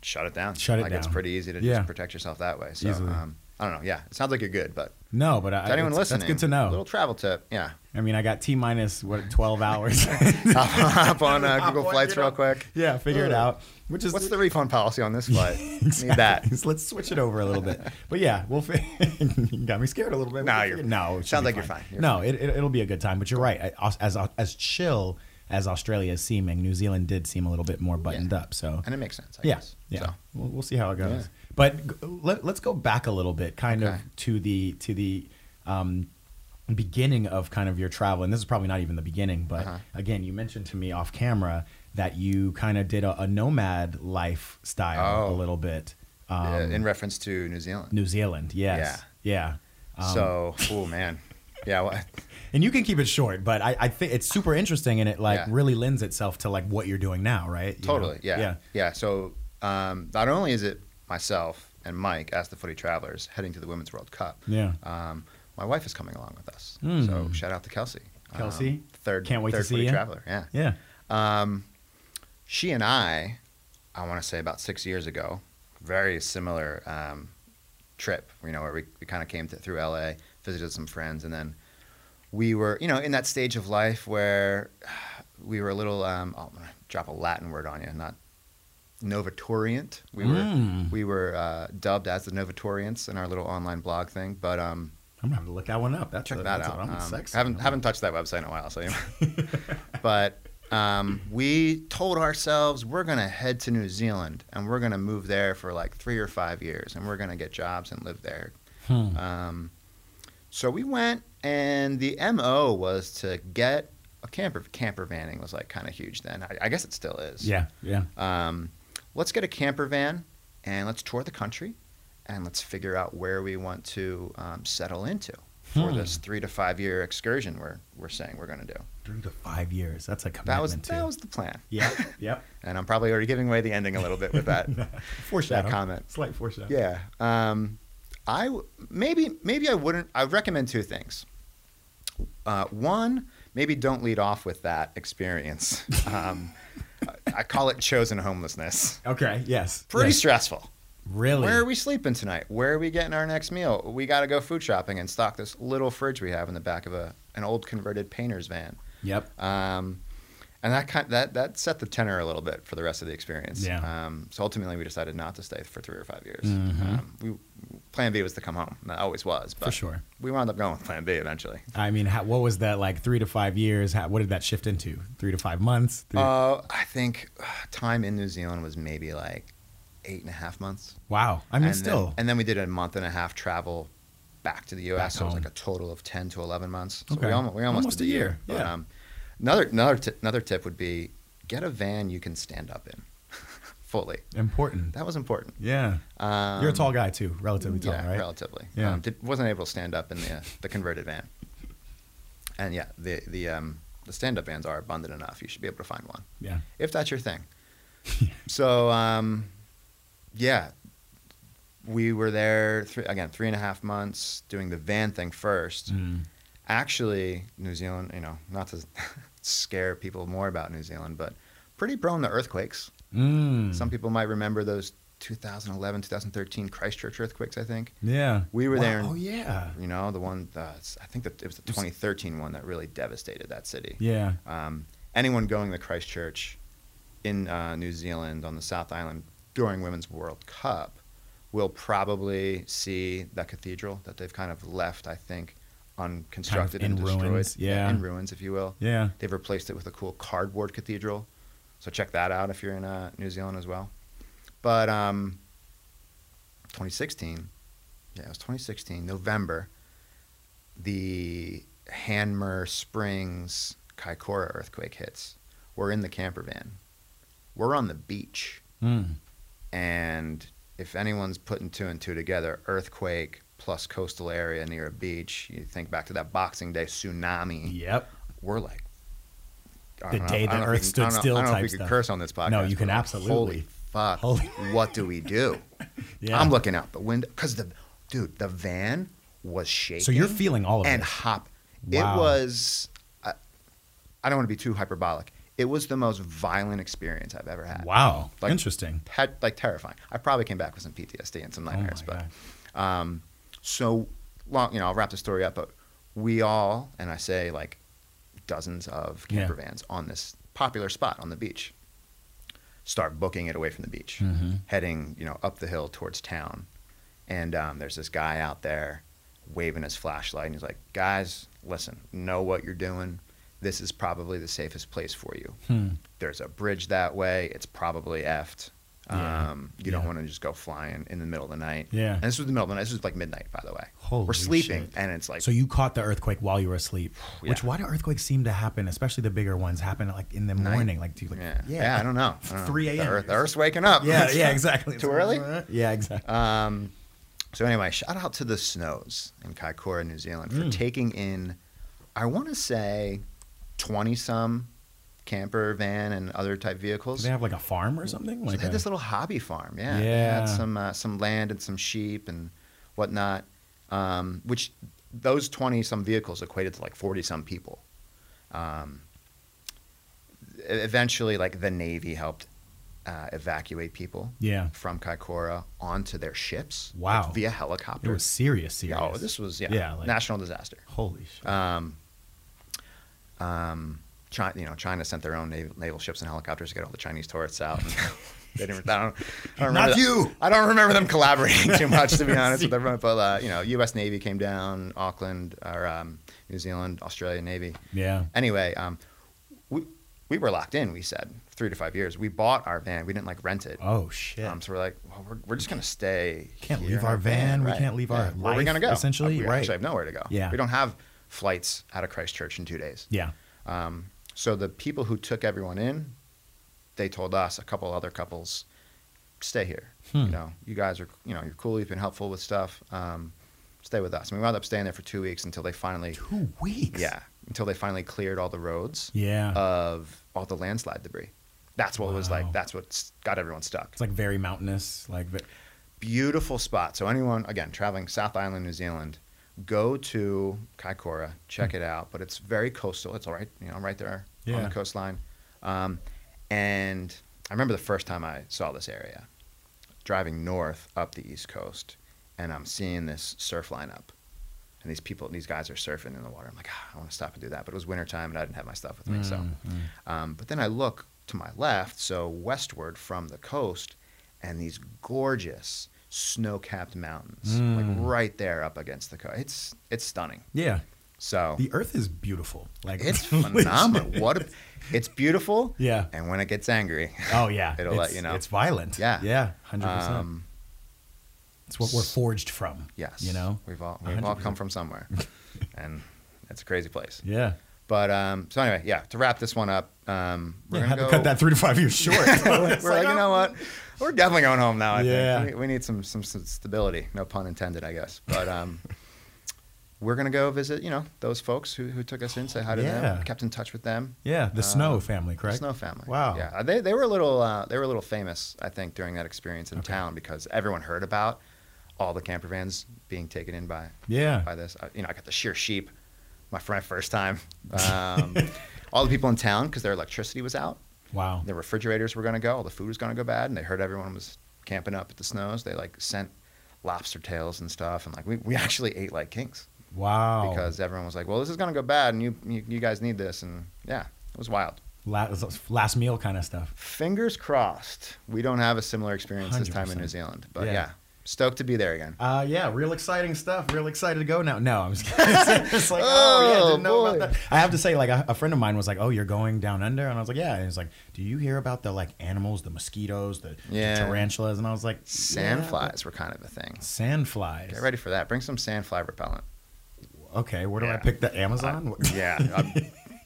[SPEAKER 3] Shut it down.
[SPEAKER 2] Mm-hmm. Shut it
[SPEAKER 3] like It's
[SPEAKER 2] down.
[SPEAKER 3] pretty easy to
[SPEAKER 2] Yeah.
[SPEAKER 3] just protect yourself that way. So
[SPEAKER 2] Easily.
[SPEAKER 3] um, I don't know. Yeah, it sounds like you're good, but
[SPEAKER 2] no, but I,
[SPEAKER 3] to anyone
[SPEAKER 2] it's-
[SPEAKER 3] listening,
[SPEAKER 2] that's good to know.
[SPEAKER 3] Little travel tip. Yeah,
[SPEAKER 2] I mean, I got T minus what twelve hours.
[SPEAKER 3] hop on uh,
[SPEAKER 2] Hop
[SPEAKER 3] Google
[SPEAKER 2] on,
[SPEAKER 3] Flights
[SPEAKER 2] get
[SPEAKER 3] real
[SPEAKER 2] on.
[SPEAKER 3] quick.
[SPEAKER 2] yeah, figure it
[SPEAKER 3] Ugh.
[SPEAKER 2] out. Which is
[SPEAKER 3] What's the refund policy on this flight?
[SPEAKER 2] Exactly.
[SPEAKER 3] Need that.
[SPEAKER 2] So Let's switch it over a little bit. But yeah, we'll. Fi- you got me scared a little bit.
[SPEAKER 3] No,
[SPEAKER 2] We'll
[SPEAKER 3] you're-
[SPEAKER 2] figure- no. it should
[SPEAKER 3] sounds
[SPEAKER 2] be
[SPEAKER 3] like you're fine. You're
[SPEAKER 2] no, It, it, it'll be a good time. But you're right. I- As as chill as Australia is seeming, New Zealand did seem a little bit more buttoned
[SPEAKER 3] Yeah.
[SPEAKER 2] up. So
[SPEAKER 3] And it makes sense. I
[SPEAKER 2] yeah,
[SPEAKER 3] guess.
[SPEAKER 2] yeah.
[SPEAKER 3] So,
[SPEAKER 2] We'll, we'll see how it goes.
[SPEAKER 3] Yeah.
[SPEAKER 2] But g- let, let's go back a little bit, kind
[SPEAKER 3] Okay.
[SPEAKER 2] of to the to the um, beginning of kind of your travel. And this is probably not even the beginning, but
[SPEAKER 3] Uh-huh.
[SPEAKER 2] again, you mentioned to me off camera that you kind of did a, a nomad lifestyle a
[SPEAKER 3] Oh.
[SPEAKER 2] little bit. Um,
[SPEAKER 3] uh, in reference to New Zealand.
[SPEAKER 2] New Zealand, yes, yeah. Um,
[SPEAKER 3] so, oh man, yeah. Well,
[SPEAKER 2] and you can keep it short, but I, I think it's super interesting, and it like
[SPEAKER 3] Yeah.
[SPEAKER 2] really lends itself to like what you're doing now, right? You know?
[SPEAKER 3] totally. Yeah. Yeah. So, um, not only is it myself and Mike as the Footy Travelers heading to the Women's World Cup.
[SPEAKER 2] Yeah.
[SPEAKER 3] Um, my wife is coming along with us.
[SPEAKER 2] Hmm.
[SPEAKER 3] So shout out to Kelsey. Um,
[SPEAKER 2] Kelsey?
[SPEAKER 3] third.
[SPEAKER 2] Can't wait to
[SPEAKER 3] third
[SPEAKER 2] see
[SPEAKER 3] Footy
[SPEAKER 2] ya.
[SPEAKER 3] Traveler. Yeah.
[SPEAKER 2] yeah,
[SPEAKER 3] Um, she and I, I want to say about six years ago, very similar um, trip, you know, where we, we kind of came to, through LA, visited some friends, and then we were, you know, in that stage of life where we were a little, um, I'll drop a Latin word on you, not Novatorient. We were,
[SPEAKER 2] Mm.
[SPEAKER 3] we were uh, dubbed as the Novatorients in our little online blog thing, but um,
[SPEAKER 2] I'm gonna have to look that one up. That's
[SPEAKER 3] check
[SPEAKER 2] a-
[SPEAKER 3] that
[SPEAKER 2] that's
[SPEAKER 3] out.
[SPEAKER 2] A, I'm
[SPEAKER 3] Um,
[SPEAKER 2] sexy.
[SPEAKER 3] haven't haven't touched that website in a while, so you- but um, we told ourselves we're gonna head to New Zealand and we're gonna move there for like three or five years and we're gonna get jobs and live there.
[SPEAKER 2] Hmm.
[SPEAKER 3] Um, so we went, and the mo was to get a camper. Camper vanning was like kind of huge then. I, I guess it still is
[SPEAKER 2] Yeah, yeah.
[SPEAKER 3] um, let's get a camper van and let's tour the country and let's figure out where we want to um, settle into. for this three to five year excursion we're we're saying we're going to do.
[SPEAKER 2] Three to five years. That's a commitment.
[SPEAKER 3] That was
[SPEAKER 2] too.
[SPEAKER 3] that was the plan.
[SPEAKER 2] Yep. Yep.
[SPEAKER 3] And I'm probably already giving away the ending a little bit with that.
[SPEAKER 2] foreshadow.
[SPEAKER 3] comment.
[SPEAKER 2] Slight foreshadow.
[SPEAKER 3] yeah. Um, I w- maybe maybe I wouldn't. I would recommend two things. Uh, one, maybe don't lead off with that experience. Um, I- I call it chosen homelessness.
[SPEAKER 2] Okay. Yes.
[SPEAKER 3] Pretty
[SPEAKER 2] yes.
[SPEAKER 3] stressful.
[SPEAKER 2] Really.
[SPEAKER 3] Where are we sleeping tonight? Where are we getting our next meal? We got to go food shopping and stock this little fridge we have in the back of a an old converted painter's van.
[SPEAKER 2] Yep.
[SPEAKER 3] Um, and that kind that that set the tenor a little bit for the rest of the experience.
[SPEAKER 2] Yeah.
[SPEAKER 3] Um, so ultimately, we decided not to stay for three or five years.
[SPEAKER 2] Mm-hmm.
[SPEAKER 3] Um, we Plan B was to come home. and That always was. But
[SPEAKER 2] sure.
[SPEAKER 3] We wound up going with Plan B eventually.
[SPEAKER 2] I mean, how, what was that like? Three to five years. How, what did that shift into? Three to five months. Three,
[SPEAKER 3] Uh, I think uh, time in New Zealand was maybe like eight and a half months.
[SPEAKER 2] wow. I mean,
[SPEAKER 3] and
[SPEAKER 2] still.
[SPEAKER 3] Then, and then we did a month and a half travel back to the U.S.
[SPEAKER 2] Back
[SPEAKER 3] so it was
[SPEAKER 2] home.
[SPEAKER 3] like a total of ten to eleven months. So
[SPEAKER 2] Okay.
[SPEAKER 3] we almost we almost,
[SPEAKER 2] Almost
[SPEAKER 3] did
[SPEAKER 2] a
[SPEAKER 3] the
[SPEAKER 2] year,
[SPEAKER 3] But,
[SPEAKER 2] yeah.
[SPEAKER 3] um, another another ti- another tip would be get a van you can stand up in fully.
[SPEAKER 2] important.
[SPEAKER 3] That was important.
[SPEAKER 2] yeah.
[SPEAKER 3] Um,
[SPEAKER 2] You're a tall guy too, relatively tall,
[SPEAKER 3] yeah,
[SPEAKER 2] right?
[SPEAKER 3] relatively.
[SPEAKER 2] Yeah.
[SPEAKER 3] Um, did, wasn't able to stand up in the uh, the converted van. And yeah, the the um, the stand up vans are abundant enough. You should be able to find one
[SPEAKER 2] yeah.
[SPEAKER 3] if that's your thing. so, um, yeah, we were there three, again three and a half months doing the van thing first.
[SPEAKER 2] Mm.
[SPEAKER 3] Actually, New Zealand, you know, not to scare people more about New Zealand, but pretty prone to earthquakes.
[SPEAKER 2] Mm.
[SPEAKER 3] Some people might remember those 2011, 2013 Christchurch earthquakes. I think
[SPEAKER 2] Yeah.
[SPEAKER 3] we were
[SPEAKER 2] Wow.
[SPEAKER 3] there. in-
[SPEAKER 2] Oh yeah.
[SPEAKER 3] You know, the one. Uh, I think that it was the 2013 one that really devastated that city
[SPEAKER 2] Yeah.
[SPEAKER 3] um, anyone going to Christchurch in uh, New Zealand on the South Island during Women's World Cup will probably see the cathedral that they've kind of left, I think, unconstructed
[SPEAKER 2] Kind of in
[SPEAKER 3] and destroyed.
[SPEAKER 2] ruins, yeah.
[SPEAKER 3] in ruins, if you will.
[SPEAKER 2] Yeah.
[SPEAKER 3] They've replaced it with a cool cardboard cathedral, so check that out if you're in uh, New Zealand as well. But um, 2016, yeah, it was 2016 November. The Hanmer Springs Kaikoura earthquake hits. We're in the camper van. We're on the beach,
[SPEAKER 2] Mm.
[SPEAKER 3] and if anyone's putting two and two together, earthquake plus coastal area near a beach. You think back to that Boxing Day tsunami
[SPEAKER 2] Yep.
[SPEAKER 3] we're like I
[SPEAKER 2] The
[SPEAKER 3] don't
[SPEAKER 2] day
[SPEAKER 3] I don't
[SPEAKER 2] the
[SPEAKER 3] know
[SPEAKER 2] Earth
[SPEAKER 3] if we can- I don't
[SPEAKER 2] stood
[SPEAKER 3] know-
[SPEAKER 2] still
[SPEAKER 3] I don't know
[SPEAKER 2] type
[SPEAKER 3] if we
[SPEAKER 2] stuff.
[SPEAKER 3] could curse on this podcast.
[SPEAKER 2] No, you can
[SPEAKER 3] but, like,
[SPEAKER 2] absolutely.
[SPEAKER 3] Holy fuck!
[SPEAKER 2] Holy-
[SPEAKER 3] What do we do?
[SPEAKER 2] Yeah.
[SPEAKER 3] I'm looking out the window because the dude, the van was shaking.
[SPEAKER 2] So you're feeling all of
[SPEAKER 3] and
[SPEAKER 2] this.
[SPEAKER 3] hop.
[SPEAKER 2] Wow.
[SPEAKER 3] It was. I, I don't want to be too hyperbolic. It was the most violent experience I've ever had.
[SPEAKER 2] Wow.
[SPEAKER 3] Like-
[SPEAKER 2] Interesting.
[SPEAKER 3] Had, like terrifying. I probably came back with some PTSD and some
[SPEAKER 2] Oh my
[SPEAKER 3] nightmares, but
[SPEAKER 2] god.
[SPEAKER 3] um, so long, you know, I'll wrap the story up, but we all, and I say like dozens of
[SPEAKER 2] Yeah.
[SPEAKER 3] camper vans on this popular spot on the beach, start booking it away from the beach,
[SPEAKER 2] Mhm.
[SPEAKER 3] heading, you know, up the hill towards town. And um, there's this guy out there waving his flashlight, and he's like, guys, listen, know what you're doing. This is probably the safest place for you.
[SPEAKER 2] Hmm.
[SPEAKER 3] There's a bridge that way. It's probably effed.
[SPEAKER 2] Yeah.
[SPEAKER 3] Um, you don't
[SPEAKER 2] Yeah.
[SPEAKER 3] want to just go flying in the middle of the night.
[SPEAKER 2] Yeah.
[SPEAKER 3] And this was the middle of the night. This was like midnight, by the way.
[SPEAKER 2] Holy
[SPEAKER 3] We're sleeping,
[SPEAKER 2] shit.
[SPEAKER 3] and it's like
[SPEAKER 2] so you caught the earthquake while you were asleep.
[SPEAKER 3] Yeah.
[SPEAKER 2] Which why do earthquakes seem to happen, especially the bigger ones, happen like in the
[SPEAKER 3] Night.
[SPEAKER 2] morning, like do you like
[SPEAKER 3] yeah. yeah, I don't know. I don't know.
[SPEAKER 2] 3 a.m..
[SPEAKER 3] The, Earth- the Earth's waking up.
[SPEAKER 2] yeah, yeah, exactly.
[SPEAKER 3] Too early?
[SPEAKER 2] Yeah, exactly.
[SPEAKER 3] Um, so anyway, shout out to the Snows in Kaikoura, New Zealand, for
[SPEAKER 2] Mm.
[SPEAKER 3] taking in, I want to say, twenty some camper van and other type
[SPEAKER 2] Do
[SPEAKER 3] vehicles.
[SPEAKER 2] they have like a farm or something?
[SPEAKER 3] So
[SPEAKER 2] Like
[SPEAKER 3] they had
[SPEAKER 2] a-
[SPEAKER 3] this little hobby farm. Yeah,
[SPEAKER 2] Yeah.
[SPEAKER 3] They had some uh, some land and some sheep and whatnot, um, which those twenty some vehicles equated to like forty some people. Um, e- eventually, like the Navy helped uh, evacuate people
[SPEAKER 2] yeah.
[SPEAKER 3] from Kaikoura onto their ships. like,
[SPEAKER 2] Wow.
[SPEAKER 3] via helicopter.
[SPEAKER 2] It was serious, serious.
[SPEAKER 3] oh, this was yeah,
[SPEAKER 2] Yeah, like-
[SPEAKER 3] national disaster.
[SPEAKER 2] Holy shit.
[SPEAKER 3] Um, um, China, you know, China sent their own naval, naval ships and helicopters to get all the Chinese tourists out. And they didn't. I don't, I don't remember.
[SPEAKER 2] Not
[SPEAKER 3] that-
[SPEAKER 2] you!
[SPEAKER 3] I don't remember them collaborating too much, to be honest with everyone. But uh, you know, U.S. Navy came down, Auckland or um, New Zealand, Australian Navy.
[SPEAKER 2] yeah.
[SPEAKER 3] Anyway, um, we we were locked in. We said three to five years. We bought our van. We didn't like rent it.
[SPEAKER 2] Oh shit.
[SPEAKER 3] Um, so we're like, well, we're, we're just gonna stay.
[SPEAKER 2] Can't
[SPEAKER 3] here
[SPEAKER 2] leave
[SPEAKER 3] in
[SPEAKER 2] our van, we
[SPEAKER 3] Right.
[SPEAKER 2] can't leave our
[SPEAKER 3] Where are we
[SPEAKER 2] life,
[SPEAKER 3] gonna go?
[SPEAKER 2] essentially,
[SPEAKER 3] we
[SPEAKER 2] right.
[SPEAKER 3] actually have nowhere to go.
[SPEAKER 2] Yeah.
[SPEAKER 3] we don't have flights out of Christchurch in two days.
[SPEAKER 2] yeah.
[SPEAKER 3] Um, so the people who took everyone in, they told us a couple other couples, stay here.
[SPEAKER 2] Hmm.
[SPEAKER 3] You know, you guys are you know you're cool. You've been helpful with stuff. Um, stay with us. And we wound up staying there for two weeks until they finally,
[SPEAKER 2] Two weeks.
[SPEAKER 3] yeah, Uh, until they finally cleared all the roads
[SPEAKER 2] Yeah.
[SPEAKER 3] of all the landslide debris. That's what was
[SPEAKER 2] Wow.
[SPEAKER 3] like. That's what got everyone stuck.
[SPEAKER 2] it's like very mountainous. Like ve-
[SPEAKER 3] beautiful spot. So anyone again traveling South Island, New Zealand, go to Kaikoura, check it out. But it's very coastal. It's all right, you know, right there on
[SPEAKER 2] Yeah.
[SPEAKER 3] the coastline. Um, and I remember the first time I saw this area, driving north up the East Coast, and I'm seeing this surf lineup. And these people, these guys are surfing in the water. I'm like, "Ah, I want to stop and do that. But it was wintertime and I didn't have my stuff with me. So,
[SPEAKER 2] Mm. Mm-hmm.
[SPEAKER 3] um, but then I look to my left, so westward from the coast, and these gorgeous snow-capped mountains,
[SPEAKER 2] Mm.
[SPEAKER 3] like right there up against the coast. It's it's stunning.
[SPEAKER 2] yeah.
[SPEAKER 3] So
[SPEAKER 2] The Earth is beautiful. Like
[SPEAKER 3] it's phenomenal. what a, it's beautiful.
[SPEAKER 2] Yeah.
[SPEAKER 3] And when it gets angry,
[SPEAKER 2] Oh yeah.
[SPEAKER 3] It'll
[SPEAKER 2] it's,
[SPEAKER 3] let you know.
[SPEAKER 2] It's violent.
[SPEAKER 3] Yeah.
[SPEAKER 2] Yeah. Hundred percent.
[SPEAKER 3] um,
[SPEAKER 2] It's what we're forged from.
[SPEAKER 3] yes,
[SPEAKER 2] You know.
[SPEAKER 3] we've all we've all come from somewhere, and it's a crazy place.
[SPEAKER 2] Yeah.
[SPEAKER 3] But um, so anyway, yeah. To wrap this one up, um, we're
[SPEAKER 2] yeah
[SPEAKER 3] gonna
[SPEAKER 2] had to
[SPEAKER 3] go-
[SPEAKER 2] cut that three to five years short. It's "Oh,
[SPEAKER 3] we're like, you know what? We're definitely going home now. I
[SPEAKER 2] Yeah.
[SPEAKER 3] think we, we need some, some some stability. No pun intended, I guess. But um, we're gonna go visit, you know, those folks who, who took us in, say hi to
[SPEAKER 2] Yeah.
[SPEAKER 3] them, kept in touch with them.
[SPEAKER 2] Yeah. The Snow family,
[SPEAKER 3] The
[SPEAKER 2] correct?
[SPEAKER 3] Um, Snow family.
[SPEAKER 2] Wow.
[SPEAKER 3] Yeah, they, they were a little uh, they were a little famous, I think, during that experience in town because everyone heard about all the camper vans being taken in by
[SPEAKER 2] Yeah.
[SPEAKER 3] by this. I, you know, I got the sheer sheep, my fr- my first time. Um, all the people in town because their electricity was out
[SPEAKER 2] Wow.
[SPEAKER 3] the refrigerators were going to go, all the food was going to go bad, and they heard everyone was camping up at the snows. They like sent lobster tails and stuff, and like we, we actually ate like kings
[SPEAKER 2] Wow.
[SPEAKER 3] because everyone was like, well, this is going to go bad, and you, you you guys need this, and yeah, it was wild.
[SPEAKER 2] last, last meal kind of stuff.
[SPEAKER 3] Fingers crossed, we don't have a similar experience this time in
[SPEAKER 2] 100%.
[SPEAKER 3] New Zealand, but
[SPEAKER 2] Yeah.
[SPEAKER 3] yeah. stoked to be there again.
[SPEAKER 2] Uh, yeah, real exciting stuff. Real excited to go now. No, I'm just kidding. it's like, oh, yeah,
[SPEAKER 3] Oh,
[SPEAKER 2] didn't know
[SPEAKER 3] boy.
[SPEAKER 2] about that. I have to say, like, a, a friend of mine was like, oh, you're going down under? And I was like, yeah. And he's like, do you hear about the, like, animals, the mosquitoes, the, the
[SPEAKER 3] Yeah.
[SPEAKER 2] tarantulas? And I was like,
[SPEAKER 3] Sand
[SPEAKER 2] yeah,
[SPEAKER 3] flies were kind of a thing.
[SPEAKER 2] but Sand flies.
[SPEAKER 3] Get ready for that. Bring some sand fly repellent.
[SPEAKER 2] Okay, where do I
[SPEAKER 3] Yeah.
[SPEAKER 2] pick the Amazon?
[SPEAKER 3] Yeah, I'm-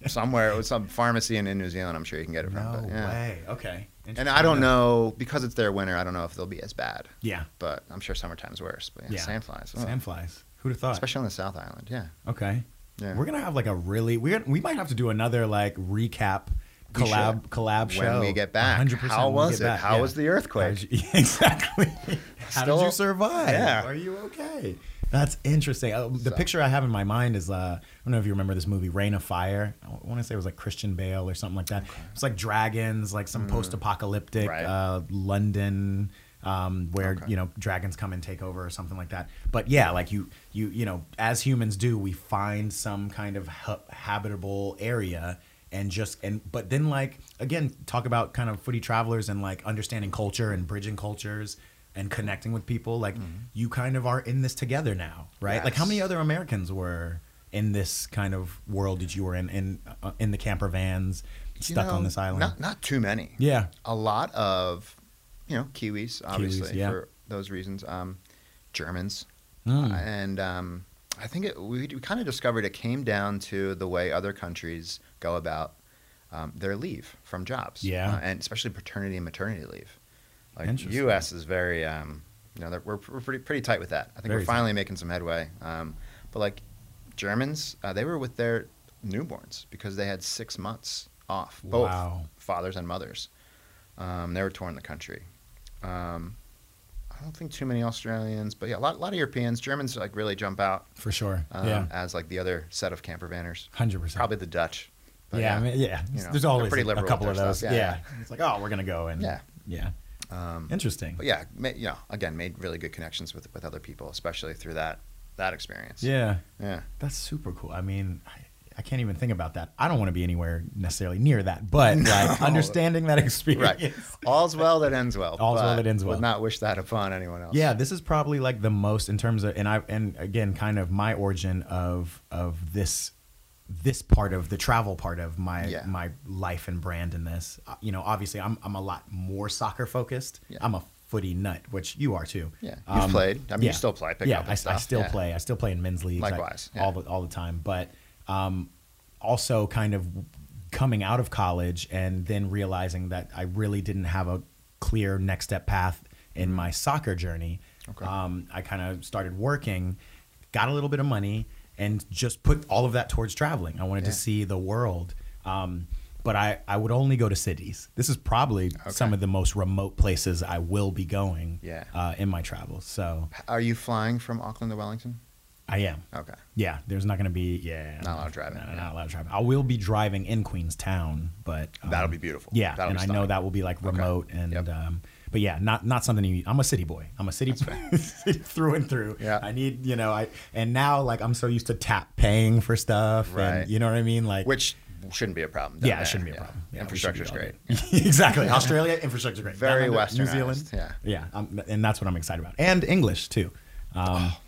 [SPEAKER 3] somewhere it was some pharmacy in, in New Zealand. I'm sure you can get it from.
[SPEAKER 2] no
[SPEAKER 3] but, yeah.
[SPEAKER 2] way. Okay.
[SPEAKER 3] And I don't know because it's their winter. I don't know if they'll be as bad.
[SPEAKER 2] Yeah,
[SPEAKER 3] but I'm sure summertime's worse. But yeah,
[SPEAKER 2] Yeah.
[SPEAKER 3] sand flies. Ugh.
[SPEAKER 2] sand flies. Who'd have thought?
[SPEAKER 3] Especially on the South Island, yeah.
[SPEAKER 2] Okay.
[SPEAKER 3] Yeah.
[SPEAKER 2] We're gonna have like a really we we might have to do another like recap
[SPEAKER 3] We
[SPEAKER 2] collab
[SPEAKER 3] should.
[SPEAKER 2] collab
[SPEAKER 3] When
[SPEAKER 2] show.
[SPEAKER 3] we get back.
[SPEAKER 2] 100%
[SPEAKER 3] How
[SPEAKER 2] when we
[SPEAKER 3] was
[SPEAKER 2] get
[SPEAKER 3] it?
[SPEAKER 2] back,
[SPEAKER 3] How was the earthquake?
[SPEAKER 2] How did you- exactly. How did you
[SPEAKER 3] Still-
[SPEAKER 2] survive?
[SPEAKER 3] Yeah.
[SPEAKER 2] Are you okay? That's interesting. Uh, the
[SPEAKER 3] So-
[SPEAKER 2] picture I have in my mind is uh, I don't know if you remember this movie Rain of Fire. I want to say it was like Christian Bale or something like that. It's like dragons, like
[SPEAKER 3] Hmm.
[SPEAKER 2] some post-apocalyptic
[SPEAKER 3] Right.
[SPEAKER 2] uh, London um, where
[SPEAKER 3] Okay.
[SPEAKER 2] you know dragons come and take over or something like that. But yeah, like you you you know as humans do, we find some kind of ha- habitable area and just and but then like again talk about kind of footy travelers and like understanding culture and bridging cultures and connecting with people like you kind of are in this together now right like how many
[SPEAKER 3] Mm-hmm. Yes.
[SPEAKER 2] other americans were in this kind of world that you were in in uh, in the camper vans
[SPEAKER 3] You
[SPEAKER 2] stuck on
[SPEAKER 3] know,
[SPEAKER 2] this island
[SPEAKER 3] Not, not too many.
[SPEAKER 2] yeah
[SPEAKER 3] A lot of, you know, Kiwis, obviously,
[SPEAKER 2] yeah.
[SPEAKER 3] for those reasons. Um, Germans.
[SPEAKER 2] Mm.
[SPEAKER 3] Uh, and um, I think it, we, we kind of discovered it came down to the way other countries go about um, their leave from jobs.
[SPEAKER 2] Yeah.
[SPEAKER 3] Uh, and especially paternity and maternity leave. Like
[SPEAKER 2] Interesting.
[SPEAKER 3] U.S. is very, um, you know, that- we're, we're pretty pretty tight with that. I think
[SPEAKER 2] Very
[SPEAKER 3] we're finally making some headway. Um, but like Germans, uh, they were with their newborns because they had six months off, both
[SPEAKER 2] Wow.
[SPEAKER 3] fathers and mothers. Um, they were touring the country. Um, I don't think too many Australians, but yeah, a lot, lot of Europeans. Germans like really jump out
[SPEAKER 2] for sure
[SPEAKER 3] um,
[SPEAKER 2] yeah
[SPEAKER 3] as like the other set of camper vanners.
[SPEAKER 2] 100%
[SPEAKER 3] Probably the Dutch. But
[SPEAKER 2] yeah, I mean, yeah.
[SPEAKER 3] you know,
[SPEAKER 2] There's
[SPEAKER 3] they're
[SPEAKER 2] always
[SPEAKER 3] pretty
[SPEAKER 2] a
[SPEAKER 3] liberal
[SPEAKER 2] couple of
[SPEAKER 3] with their
[SPEAKER 2] those.
[SPEAKER 3] stuff.
[SPEAKER 2] Yeah.
[SPEAKER 3] Yeah.
[SPEAKER 2] it's like oh, we're gonna go and
[SPEAKER 3] Yeah.
[SPEAKER 2] yeah.
[SPEAKER 3] Um,
[SPEAKER 2] Interesting.
[SPEAKER 3] but yeah, ma- you know, again, made really good connections with with other people, especially through that that experience.
[SPEAKER 2] Yeah,
[SPEAKER 3] yeah.
[SPEAKER 2] that's super cool. I mean, I, I can't even think about that. I don't want to be anywhere necessarily near that, but like understanding that experience.
[SPEAKER 3] Right. All's well that ends well.
[SPEAKER 2] All's well
[SPEAKER 3] but
[SPEAKER 2] that ends well.
[SPEAKER 3] Would not wish that upon anyone else.
[SPEAKER 2] Yeah, this is probably like the most in terms of, and I and again, kind of my origin of of this this part of the travel part of my
[SPEAKER 3] Yeah.
[SPEAKER 2] my life and brand in this. Uh, You know, obviously, I'm I'm a lot more soccer focused.
[SPEAKER 3] Yeah.
[SPEAKER 2] I'm a footy nut, which you are too. Um,
[SPEAKER 3] Yeah. You've played. I mean, you still play, pick
[SPEAKER 2] yeah,
[SPEAKER 3] up and
[SPEAKER 2] I, I
[SPEAKER 3] stuff,
[SPEAKER 2] still
[SPEAKER 3] yeah.
[SPEAKER 2] play. I still play in men's leagues. I-
[SPEAKER 3] Likewise, yeah.
[SPEAKER 2] all the all the time. But um, also kind of coming out of college and then realizing that I really didn't have a clear next step path in my soccer journey.
[SPEAKER 3] Okay.
[SPEAKER 2] Um, I kind of started working got a little bit of money, and just put all of that towards traveling. I wanted to
[SPEAKER 3] Yeah.
[SPEAKER 2] see the world. Um, but I, I would only go to cities. This is probably some of the most remote places I will be going
[SPEAKER 3] Yeah.
[SPEAKER 2] uh, in my travels. So
[SPEAKER 3] Are you flying from Auckland to Wellington?
[SPEAKER 2] I am.
[SPEAKER 3] Okay.
[SPEAKER 2] Yeah, there's not going to be yeah.
[SPEAKER 3] Not a lot of driving,
[SPEAKER 2] No, no,
[SPEAKER 3] yeah.
[SPEAKER 2] Not a lot of driving. I will be driving in Queenstown, but um,
[SPEAKER 3] That'll be beautiful.
[SPEAKER 2] Yeah,
[SPEAKER 3] That'll
[SPEAKER 2] and
[SPEAKER 3] be
[SPEAKER 2] I know
[SPEAKER 3] stunning.
[SPEAKER 2] that will be like remote and.
[SPEAKER 3] Yep.
[SPEAKER 2] Um, but yeah, not not something you. I'm a city boy. I'm a city city through and through.
[SPEAKER 3] Yeah.
[SPEAKER 2] I need you know I and now like I'm so used to tap paying for stuff.
[SPEAKER 3] Right.
[SPEAKER 2] And, you know what I mean? Like
[SPEAKER 3] Which shouldn't be a problem. down
[SPEAKER 2] yeah,
[SPEAKER 3] there.
[SPEAKER 2] it shouldn't be a problem. Yeah, we should be
[SPEAKER 3] Infrastructure's
[SPEAKER 2] all
[SPEAKER 3] great.
[SPEAKER 2] good. exactly. Australia infrastructure great.
[SPEAKER 3] Very
[SPEAKER 2] Down under New
[SPEAKER 3] westernized,
[SPEAKER 2] Zealand.
[SPEAKER 3] yeah.
[SPEAKER 2] Yeah, I'm, and that's what I'm excited about. And English too. Um,
[SPEAKER 3] Oh.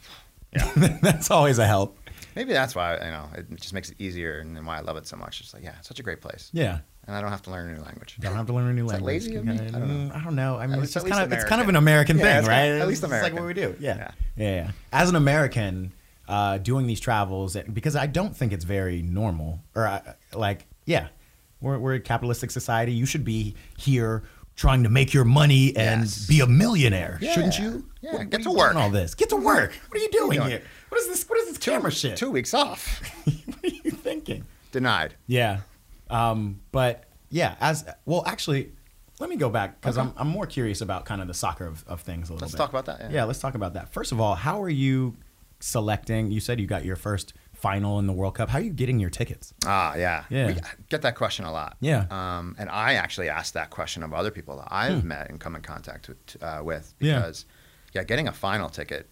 [SPEAKER 2] yeah, that's always a help.
[SPEAKER 3] Maybe that's why you know it just makes it easier and then why I love it so much. It's like yeah, it's such a great place.
[SPEAKER 2] Yeah.
[SPEAKER 3] and I don't have to learn a new language.
[SPEAKER 2] Don't have to learn a new
[SPEAKER 3] Is that
[SPEAKER 2] language.
[SPEAKER 3] lazy of me?
[SPEAKER 2] Mm,
[SPEAKER 3] I don't know.
[SPEAKER 2] I mean,
[SPEAKER 3] At
[SPEAKER 2] it's,
[SPEAKER 3] least- at
[SPEAKER 2] just kind of,
[SPEAKER 3] least
[SPEAKER 2] it's kind of an
[SPEAKER 3] American.
[SPEAKER 2] American
[SPEAKER 3] Yeah,
[SPEAKER 2] thing,
[SPEAKER 3] it's
[SPEAKER 2] right?
[SPEAKER 3] kind- at least
[SPEAKER 2] It's like what we
[SPEAKER 3] American.
[SPEAKER 2] do. Yeah. yeah. Yeah. As an American, uh, doing these travels, it- because I don't think it's very normal, or I, like, yeah, we're, we're a capitalistic society. You should be here trying to make your money and
[SPEAKER 3] Yes.
[SPEAKER 2] be a millionaire, shouldn't
[SPEAKER 3] Yeah.
[SPEAKER 2] you?
[SPEAKER 3] Yeah,
[SPEAKER 2] What- what
[SPEAKER 3] get
[SPEAKER 2] are
[SPEAKER 3] to
[SPEAKER 2] you
[SPEAKER 3] work.
[SPEAKER 2] doing All this. Get to work. What are you doing,
[SPEAKER 3] doing?
[SPEAKER 2] here? What is this? What is this camera shit?
[SPEAKER 3] Two weeks off,
[SPEAKER 2] what are you thinking?
[SPEAKER 3] denied.
[SPEAKER 2] Yeah. Um, but yeah, as well, actually, let me go back because I'm, I'm more curious about kind of the soccer of, of things a little
[SPEAKER 3] Let's
[SPEAKER 2] bit.
[SPEAKER 3] talk about that, yeah.
[SPEAKER 2] Yeah. let's talk about that. First of all, how are you selecting? You said you got your first final in the World Cup. How are you getting your tickets?
[SPEAKER 3] Ah, yeah.
[SPEAKER 2] Yeah.
[SPEAKER 3] We get that question a lot.
[SPEAKER 2] Yeah.
[SPEAKER 3] Um, and I actually asked that question of other people that I've met and come in contact with, uh, with
[SPEAKER 2] Hmm. Yeah.
[SPEAKER 3] because, yeah. getting a final ticket,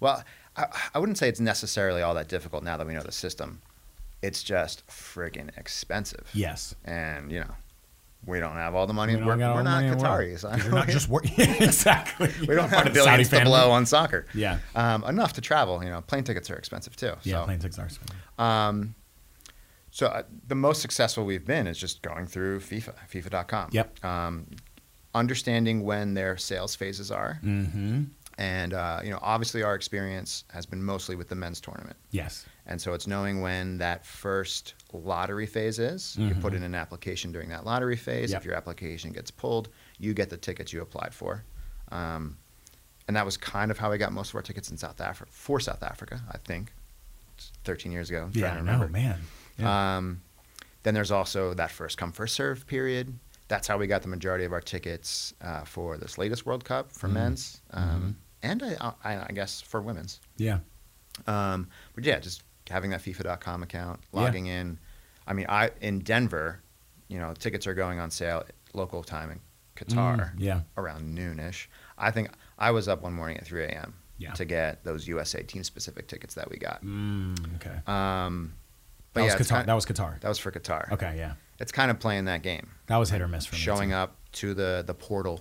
[SPEAKER 3] well, I, I wouldn't say it's necessarily all that difficult now that we know the system. It's just friggin' expensive.
[SPEAKER 2] Yes.
[SPEAKER 3] And, you know, we don't have all the money.
[SPEAKER 2] We
[SPEAKER 3] We
[SPEAKER 2] don't
[SPEAKER 3] are
[SPEAKER 2] got all
[SPEAKER 3] we're
[SPEAKER 2] the
[SPEAKER 3] not
[SPEAKER 2] money in the world.
[SPEAKER 3] Qataris.
[SPEAKER 2] 'Cause You're not just working. exactly.
[SPEAKER 3] we don't
[SPEAKER 2] Part
[SPEAKER 3] have
[SPEAKER 2] of the Saudi
[SPEAKER 3] billions to
[SPEAKER 2] family.
[SPEAKER 3] blow on soccer.
[SPEAKER 2] Yeah.
[SPEAKER 3] Um, enough to travel. You know, plane tickets are expensive too.
[SPEAKER 2] Yeah,
[SPEAKER 3] so.
[SPEAKER 2] plane tickets are expensive.
[SPEAKER 3] So uh, the most successful we've been is just going through FIFA, FIFA.com.
[SPEAKER 2] Yep.
[SPEAKER 3] Um, understanding when their sales phases are,
[SPEAKER 2] Mm-hmm.
[SPEAKER 3] and uh, you know, obviously our experience has been mostly with the men's tournament,
[SPEAKER 2] Yes.
[SPEAKER 3] and so it's knowing when that first lottery phase is. You put in an application during that lottery phase.
[SPEAKER 2] Mm-hmm. Yep.
[SPEAKER 3] If your application gets pulled, you get the tickets you applied for. Um, and that was kind of how we got most of our tickets in South Africa for South Africa, I think. It's 13 years ago. I'm trying
[SPEAKER 2] Yeah,
[SPEAKER 3] to
[SPEAKER 2] I
[SPEAKER 3] remember.
[SPEAKER 2] know, man. Yeah.
[SPEAKER 3] Um, then there's also that first come first serve period. That's how we got the majority of our tickets uh, for this latest World Cup
[SPEAKER 2] Mm-hmm.
[SPEAKER 3] for men's, um, and I, I, I guess for women's.
[SPEAKER 2] yeah.
[SPEAKER 3] Um, but yeah, just having that FIFA.com account,
[SPEAKER 2] Yeah.
[SPEAKER 3] logging in. I mean, I in Denver, you know, tickets are going on sale local time in Qatar
[SPEAKER 2] Mm, yeah.
[SPEAKER 3] around noonish. I think I was up one morning at 3 a.m.
[SPEAKER 2] Yeah.
[SPEAKER 3] to get those USA team specific tickets that we got.
[SPEAKER 2] Mm, okay.
[SPEAKER 3] Um,
[SPEAKER 2] that,
[SPEAKER 3] but yeah,
[SPEAKER 2] was
[SPEAKER 3] it's
[SPEAKER 2] Qatar.
[SPEAKER 3] kind-
[SPEAKER 2] that was Qatar.
[SPEAKER 3] that was for Qatar
[SPEAKER 2] Okay. Yeah.
[SPEAKER 3] it's kind of playing that game,
[SPEAKER 2] That was hit or miss for me.
[SPEAKER 3] showing
[SPEAKER 2] too.
[SPEAKER 3] up to the the portal.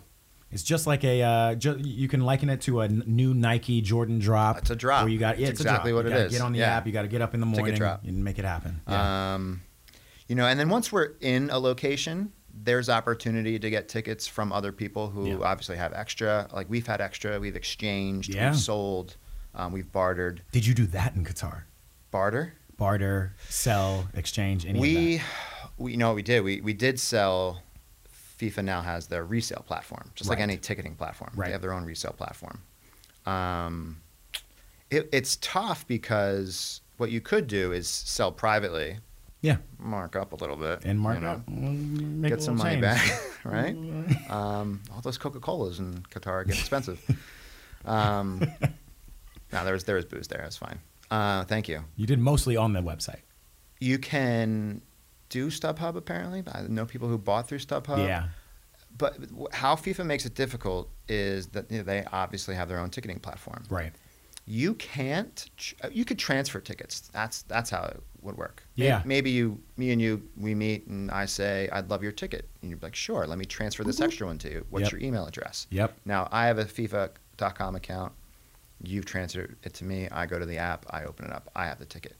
[SPEAKER 2] It's just like a uh, ju- you can liken it to a n- new Nike Jordan drop.
[SPEAKER 3] It's a drop.
[SPEAKER 2] Where you got yeah,
[SPEAKER 3] It's
[SPEAKER 2] it's,
[SPEAKER 3] exactly
[SPEAKER 2] a drop.
[SPEAKER 3] what
[SPEAKER 2] you
[SPEAKER 3] it
[SPEAKER 2] gotta
[SPEAKER 3] is.
[SPEAKER 2] Get on the
[SPEAKER 3] Yeah.
[SPEAKER 2] app. You got to get up in the
[SPEAKER 3] Ticket
[SPEAKER 2] morning
[SPEAKER 3] drop.
[SPEAKER 2] and make it happen. Yeah.
[SPEAKER 3] Um, you know, and then once we're in a location, there's opportunity to get tickets from other people who
[SPEAKER 2] Yeah.
[SPEAKER 3] obviously have extra. Like we've had extra, we've exchanged,
[SPEAKER 2] Yeah.
[SPEAKER 3] we've sold, um, we've bartered.
[SPEAKER 2] Did you do that in Qatar?
[SPEAKER 3] Barter.
[SPEAKER 2] Barter, sell, exchange, any
[SPEAKER 3] we,
[SPEAKER 2] of
[SPEAKER 3] we you know what we did. We we did sell. FIFA now has their resale platform, just like
[SPEAKER 2] Right.
[SPEAKER 3] any ticketing platform. They
[SPEAKER 2] Right.
[SPEAKER 3] have their own resale platform. Um, it, it's tough because what you could do is sell privately,
[SPEAKER 2] that? Yeah.
[SPEAKER 3] mark up a little bit,
[SPEAKER 2] And mark
[SPEAKER 3] you know,
[SPEAKER 2] up, mm, make a
[SPEAKER 3] get some
[SPEAKER 2] little
[SPEAKER 3] money
[SPEAKER 2] change. Mm-hmm.
[SPEAKER 3] back, right? um, all those Coca Colas in Qatar get expensive. um, no, there was there was booze there. It was fine. Uh, thank you.
[SPEAKER 2] You did mostly on the website.
[SPEAKER 3] You can do StubHub apparently. I know people who bought through StubHub.
[SPEAKER 2] yeah.
[SPEAKER 3] But wh- how FIFA makes it difficult is that you know, they obviously have their own ticketing platform.
[SPEAKER 2] Right.
[SPEAKER 3] You can't. tr- You could transfer tickets. That's that's how it would work. May-
[SPEAKER 2] Yeah.
[SPEAKER 3] Maybe you, me and you, we meet, and I say, "I'd love your ticket," and you're like, "Sure, let me transfer this extra one to you." What's
[SPEAKER 2] Mm-hmm. Yep.
[SPEAKER 3] your email address?
[SPEAKER 2] Yep.
[SPEAKER 3] Now I have a FIFA.com account. You've transferred it to me. I go to the app. I open it up. I have the ticket.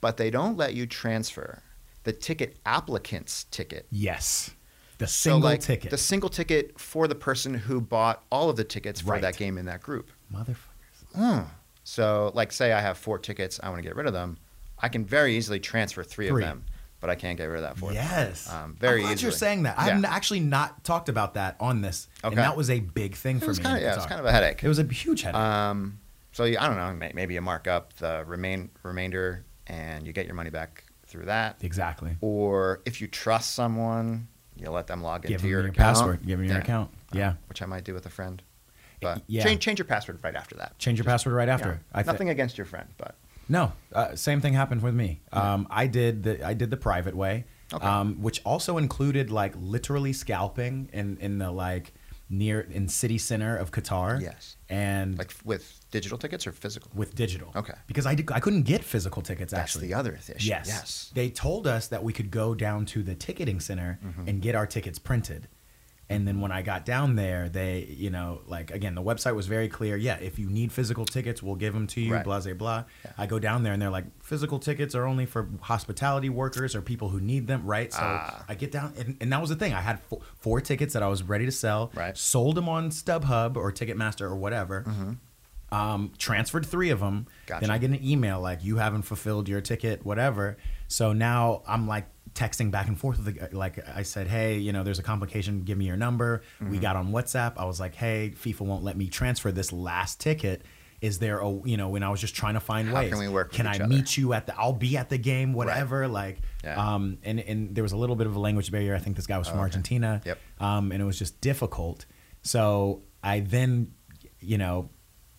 [SPEAKER 3] But they don't let you transfer the ticket applicant's ticket.
[SPEAKER 2] Yes. The
[SPEAKER 3] So,
[SPEAKER 2] single
[SPEAKER 3] like,
[SPEAKER 2] ticket.
[SPEAKER 3] The single ticket for the person who bought all of the tickets for
[SPEAKER 2] Right.
[SPEAKER 3] that game in that group.
[SPEAKER 2] Motherfuckers.
[SPEAKER 3] Hmm. So, like, say I have four tickets, I want to get rid of them. I can very easily transfer three,
[SPEAKER 2] Three.
[SPEAKER 3] of them, but I can't get rid of that fourth.
[SPEAKER 2] Yes.
[SPEAKER 3] Um, very
[SPEAKER 2] I'm glad
[SPEAKER 3] easily.
[SPEAKER 2] you're saying that.
[SPEAKER 3] Yeah.
[SPEAKER 2] I've n- actually not talked about that on this.
[SPEAKER 3] Okay.
[SPEAKER 2] And that was a big thing
[SPEAKER 3] It
[SPEAKER 2] for
[SPEAKER 3] was
[SPEAKER 2] me.
[SPEAKER 3] kind
[SPEAKER 2] in
[SPEAKER 3] of yeah, it was
[SPEAKER 2] Qatar.
[SPEAKER 3] kind of a headache.
[SPEAKER 2] It was a huge headache.
[SPEAKER 3] um, So you, I don't know, may, maybe you mark up the remain remainder and you get your money back through that.
[SPEAKER 2] Exactly.
[SPEAKER 3] Or if you trust someone, you let them log
[SPEAKER 2] Give
[SPEAKER 3] into
[SPEAKER 2] them
[SPEAKER 3] your,
[SPEAKER 2] your,
[SPEAKER 3] account.
[SPEAKER 2] password. Give them your
[SPEAKER 3] Yeah. Uh,
[SPEAKER 2] account. Yeah.
[SPEAKER 3] which I might do with a friend. But
[SPEAKER 2] yeah.
[SPEAKER 3] change change your password right after that.
[SPEAKER 2] Change your
[SPEAKER 3] Just-
[SPEAKER 2] password right after.
[SPEAKER 3] yeah.
[SPEAKER 2] I thi-
[SPEAKER 3] Nothing against your friend, but
[SPEAKER 2] No, uh, same thing happened with me. Um, I did the I did the private way,
[SPEAKER 3] Okay.
[SPEAKER 2] um, which also included like literally scalping in in the like near in city center of Qatar.
[SPEAKER 3] Yes.
[SPEAKER 2] and
[SPEAKER 3] like with digital tickets or physical.
[SPEAKER 2] with digital.
[SPEAKER 3] Okay.
[SPEAKER 2] because I did, I couldn't get physical tickets.
[SPEAKER 3] That's
[SPEAKER 2] actually,
[SPEAKER 3] the other issue.
[SPEAKER 2] Yes.
[SPEAKER 3] Yes.
[SPEAKER 2] They told us that we could go down to the ticketing center
[SPEAKER 3] Mm-hmm.
[SPEAKER 2] and get our tickets printed. And then when I got down there, they, you know, like again, the website was very clear. Yeah, if you need physical tickets, we'll give them to you,
[SPEAKER 3] Right.
[SPEAKER 2] blah, blah, blah.
[SPEAKER 3] Yeah.
[SPEAKER 2] I go down there and they're like, physical tickets are only for hospitality workers or people who need them, right? So
[SPEAKER 3] Ah.
[SPEAKER 2] I get down, and, and that was the thing. I had four, four tickets that I was ready to sell,
[SPEAKER 3] Right. Mm-hmm.
[SPEAKER 2] sold them on StubHub or Ticketmaster or whatever um, transferred three of them.
[SPEAKER 3] Gotcha.
[SPEAKER 2] Then I get an email like you haven't fulfilled your ticket, whatever. So now I'm like texting back and forth with the guy. like I said, hey, you know, there's a complication. Give me your number.
[SPEAKER 3] Mm-hmm.
[SPEAKER 2] We got on WhatsApp. I was like, hey, FIFA won't let me transfer this last ticket. Is there a you know when I was just trying to find
[SPEAKER 3] How
[SPEAKER 2] ways?
[SPEAKER 3] can we work with
[SPEAKER 2] Can I
[SPEAKER 3] each other?
[SPEAKER 2] meet you at the? I'll be at the game, whatever. Like,
[SPEAKER 3] Yeah. Oh,
[SPEAKER 2] um, and and there was a little bit of a language barrier. I think this guy was from Argentina.
[SPEAKER 3] Yep.
[SPEAKER 2] Um, and it was just difficult. So I then, you know,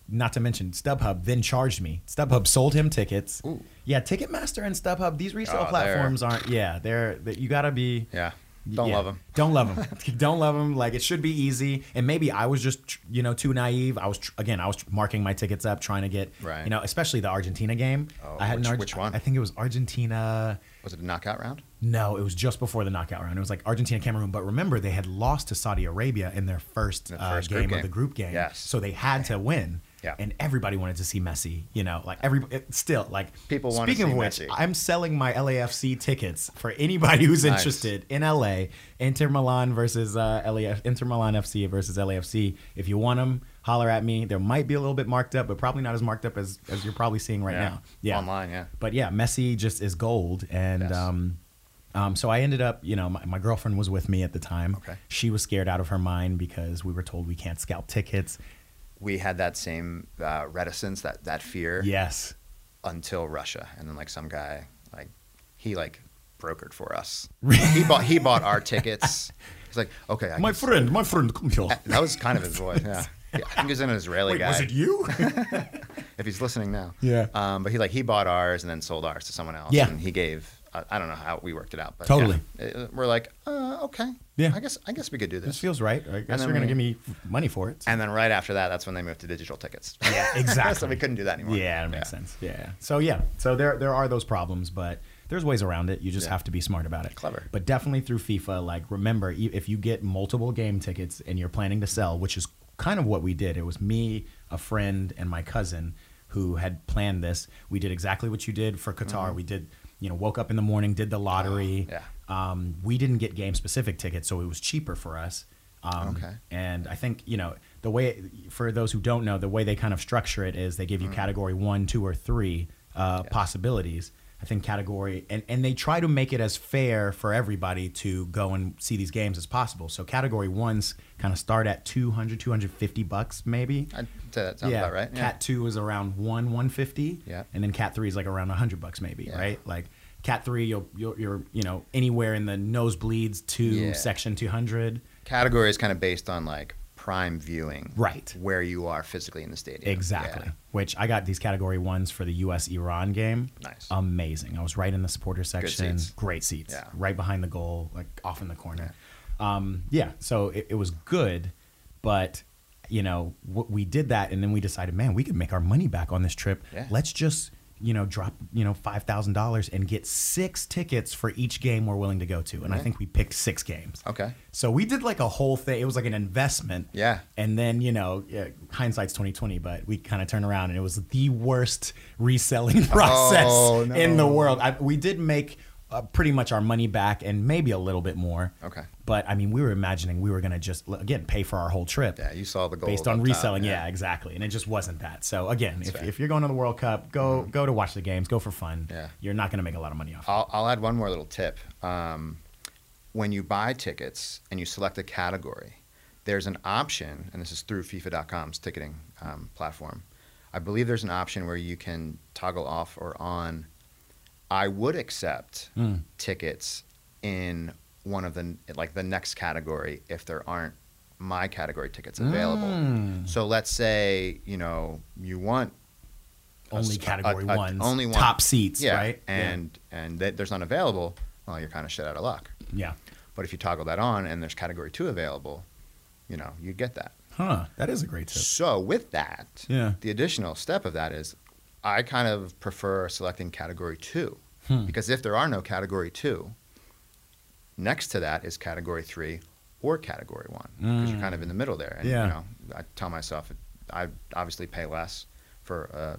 [SPEAKER 2] not to mention StubHub then charged me. StubHub sold him tickets.
[SPEAKER 3] Ooh.
[SPEAKER 2] Yeah, Ticketmaster and StubHub, these resale
[SPEAKER 3] Oh,
[SPEAKER 2] platforms aren't, yeah, they're, they, you gotta be.
[SPEAKER 3] Yeah. Don't
[SPEAKER 2] yeah.
[SPEAKER 3] love them.
[SPEAKER 2] Don't love them. don't love them. Like it should be easy. And maybe I was just, you know, too naive. I was, tr- again, I was marking my tickets up, trying to get,
[SPEAKER 3] Right.
[SPEAKER 2] you know, especially the Argentina game.
[SPEAKER 3] Oh,
[SPEAKER 2] I had an
[SPEAKER 3] which-
[SPEAKER 2] Arg-
[SPEAKER 3] which one?
[SPEAKER 2] I think it was Argentina.
[SPEAKER 3] Was it a knockout round?
[SPEAKER 2] No, it was just before the knockout round. It was like Argentina, Cameroon. But remember, they had lost to Saudi Arabia in their first,
[SPEAKER 3] The
[SPEAKER 2] uh,
[SPEAKER 3] first
[SPEAKER 2] game,
[SPEAKER 3] group
[SPEAKER 2] of
[SPEAKER 3] game.
[SPEAKER 2] the group game.
[SPEAKER 3] Yes.
[SPEAKER 2] So they had to win.
[SPEAKER 3] Yeah.
[SPEAKER 2] And everybody wanted to see Messi. You know, like every it- still like
[SPEAKER 3] People wanna
[SPEAKER 2] Speaking
[SPEAKER 3] see
[SPEAKER 2] of which,
[SPEAKER 3] Messi.
[SPEAKER 2] I'm selling my LAFC tickets for anybody who's
[SPEAKER 3] Nice.
[SPEAKER 2] interested in LA. Inter Milan versus uh, LAF, Inter Milan FC versus LAFC. If you want them, holler at me. There might be a little bit marked up, but probably not as marked up as as you're probably seeing right
[SPEAKER 3] Yeah.
[SPEAKER 2] now. Yeah.
[SPEAKER 3] Online, yeah.
[SPEAKER 2] But yeah, Messi just is gold, and
[SPEAKER 3] Yes.
[SPEAKER 2] um, um, so I ended up, you know, my, my girlfriend was with me at the time.
[SPEAKER 3] Okay.
[SPEAKER 2] She was scared out of her mind because we were told we can't scalp tickets.
[SPEAKER 3] We had that same uh, reticence, that that fear,
[SPEAKER 2] Yes.
[SPEAKER 3] until Russia, and then like some guy, like he like brokered for us. he bought he bought our tickets. He's like, okay, I can-
[SPEAKER 2] friend, my friend, come here.
[SPEAKER 3] That was kind of his voice. Yeah. yeah I think he was an Israeli
[SPEAKER 2] Wait,
[SPEAKER 3] guy.
[SPEAKER 2] was it you?
[SPEAKER 3] if he's listening now.
[SPEAKER 2] Yeah.
[SPEAKER 3] Um, but he like he bought ours and then sold ours to someone else.
[SPEAKER 2] Yeah.
[SPEAKER 3] And he gave uh, I, I don't know how we worked it out, but
[SPEAKER 2] Totally.
[SPEAKER 3] yeah. Uh, we're like, uh, okay.
[SPEAKER 2] Yeah.
[SPEAKER 3] I guess I guess we could do
[SPEAKER 2] this
[SPEAKER 3] this.
[SPEAKER 2] feels right. I guess
[SPEAKER 3] then
[SPEAKER 2] you're going to
[SPEAKER 3] we-
[SPEAKER 2] give me money for it.
[SPEAKER 3] and then right after that, that's when they moved to digital tickets.
[SPEAKER 2] Yeah, exactly.
[SPEAKER 3] so we couldn't do that anymore.
[SPEAKER 2] Yeah, that makes sense. Yeah. So yeah, so there there are those problems, but there's ways around it. You just
[SPEAKER 3] Yeah.
[SPEAKER 2] have to be smart about it.
[SPEAKER 3] Clever.
[SPEAKER 2] But definitely through FIFA, like remember e- if you get multiple game tickets and you're planning to sell, which is kind of what we did. It was me, a friend, and my cousin who had planned this. We did exactly what you did for Qatar. We did, you know, woke up in the morning, did the lottery.
[SPEAKER 3] Yeah.
[SPEAKER 2] Um, we didn't get game specific tickets, so it was cheaper for us. Um,
[SPEAKER 3] Okay.
[SPEAKER 2] And I think, you know, the way, for those who don't know, the way they kind of structure it is they give you
[SPEAKER 3] Mm-hmm.
[SPEAKER 2] category one, two, or three uh, possibilities. I think category, and, and they try to make it as fair for everybody to go and see these games as possible. So category ones kind of start at 200, 250 bucks maybe.
[SPEAKER 3] I'd say that sounds about right. Yeah.
[SPEAKER 2] Cat two is around one one fifty.
[SPEAKER 3] Yeah.
[SPEAKER 2] And then cat three is like around hundred bucks maybe,
[SPEAKER 3] Yeah.
[SPEAKER 2] right? Like cat three, you'll, you'll you're you know anywhere in the nosebleeds to
[SPEAKER 3] Yeah.
[SPEAKER 2] section two hundred.
[SPEAKER 3] Category is kind of based on like prime viewing.
[SPEAKER 2] Right.
[SPEAKER 3] Where you are physically in the stadium.
[SPEAKER 2] Exactly.
[SPEAKER 3] Yeah.
[SPEAKER 2] Which I got these category ones for the U.S. Iran game.
[SPEAKER 3] Nice.
[SPEAKER 2] Amazing. I was right in the supporter section.
[SPEAKER 3] seats.
[SPEAKER 2] Great seats.
[SPEAKER 3] Yeah.
[SPEAKER 2] Right behind the goal, like off in the corner. Um, yeah. So it, it was good, but you know w- we did that, and then we decided, man, we could make our money back on this trip.
[SPEAKER 3] Yeah.
[SPEAKER 2] Let's just you know drop you know five thousand dollars and get six tickets for each game we're willing to go to, and I
[SPEAKER 3] Yeah.
[SPEAKER 2] think we picked six games.
[SPEAKER 3] Okay.
[SPEAKER 2] So we did like a whole thing. It was like an investment.
[SPEAKER 3] Yeah.
[SPEAKER 2] And then you know, yeah, hindsight's twenty twenty, but we kind of turned around and it was the worst reselling process
[SPEAKER 3] Oh, no.
[SPEAKER 2] in the world. I, we did make uh, pretty much our money back and maybe a little bit more.
[SPEAKER 3] Okay.
[SPEAKER 2] But I mean, we were imagining we were gonna just again pay for our whole trip
[SPEAKER 3] Yeah. You saw the goal
[SPEAKER 2] based on reselling. yeah. exactly. And it just wasn't that. So again, if,
[SPEAKER 3] fair. Mm-hmm.
[SPEAKER 2] if you're going to the World Cup, go go to watch the games, go for fun.
[SPEAKER 3] Yeah.
[SPEAKER 2] You're not gonna make a lot of money off. it.
[SPEAKER 3] I'll, I'll add one more little tip. Um, when you buy tickets and you select a category, there's an option, and this is through FIFA.com's ticketing um, platform, I believe there's an option where you can toggle off or on. I would accept
[SPEAKER 2] Mm.
[SPEAKER 3] tickets in one of the like the next category if there aren't my category tickets available.
[SPEAKER 2] Mm.
[SPEAKER 3] So let's say you know you want a
[SPEAKER 2] only
[SPEAKER 3] s- a-
[SPEAKER 2] category
[SPEAKER 3] a-
[SPEAKER 2] ones,
[SPEAKER 3] only one-
[SPEAKER 2] top seats,
[SPEAKER 3] yeah,
[SPEAKER 2] right?
[SPEAKER 3] and and that there's none available. Well, you're kind of shit out of luck.
[SPEAKER 2] yeah,
[SPEAKER 3] But if you toggle that on and there's category two available, you know you'd get that.
[SPEAKER 2] huh? That is a great tip.
[SPEAKER 3] So with that,
[SPEAKER 2] Yeah.
[SPEAKER 3] the additional step of that is I kind of prefer selecting category two
[SPEAKER 2] Hmm.
[SPEAKER 3] because if there are no category two, next to that is category three or category one because you're kind of in the middle there. And
[SPEAKER 2] Mm. Yeah.
[SPEAKER 3] you know, I tell myself I obviously pay less for a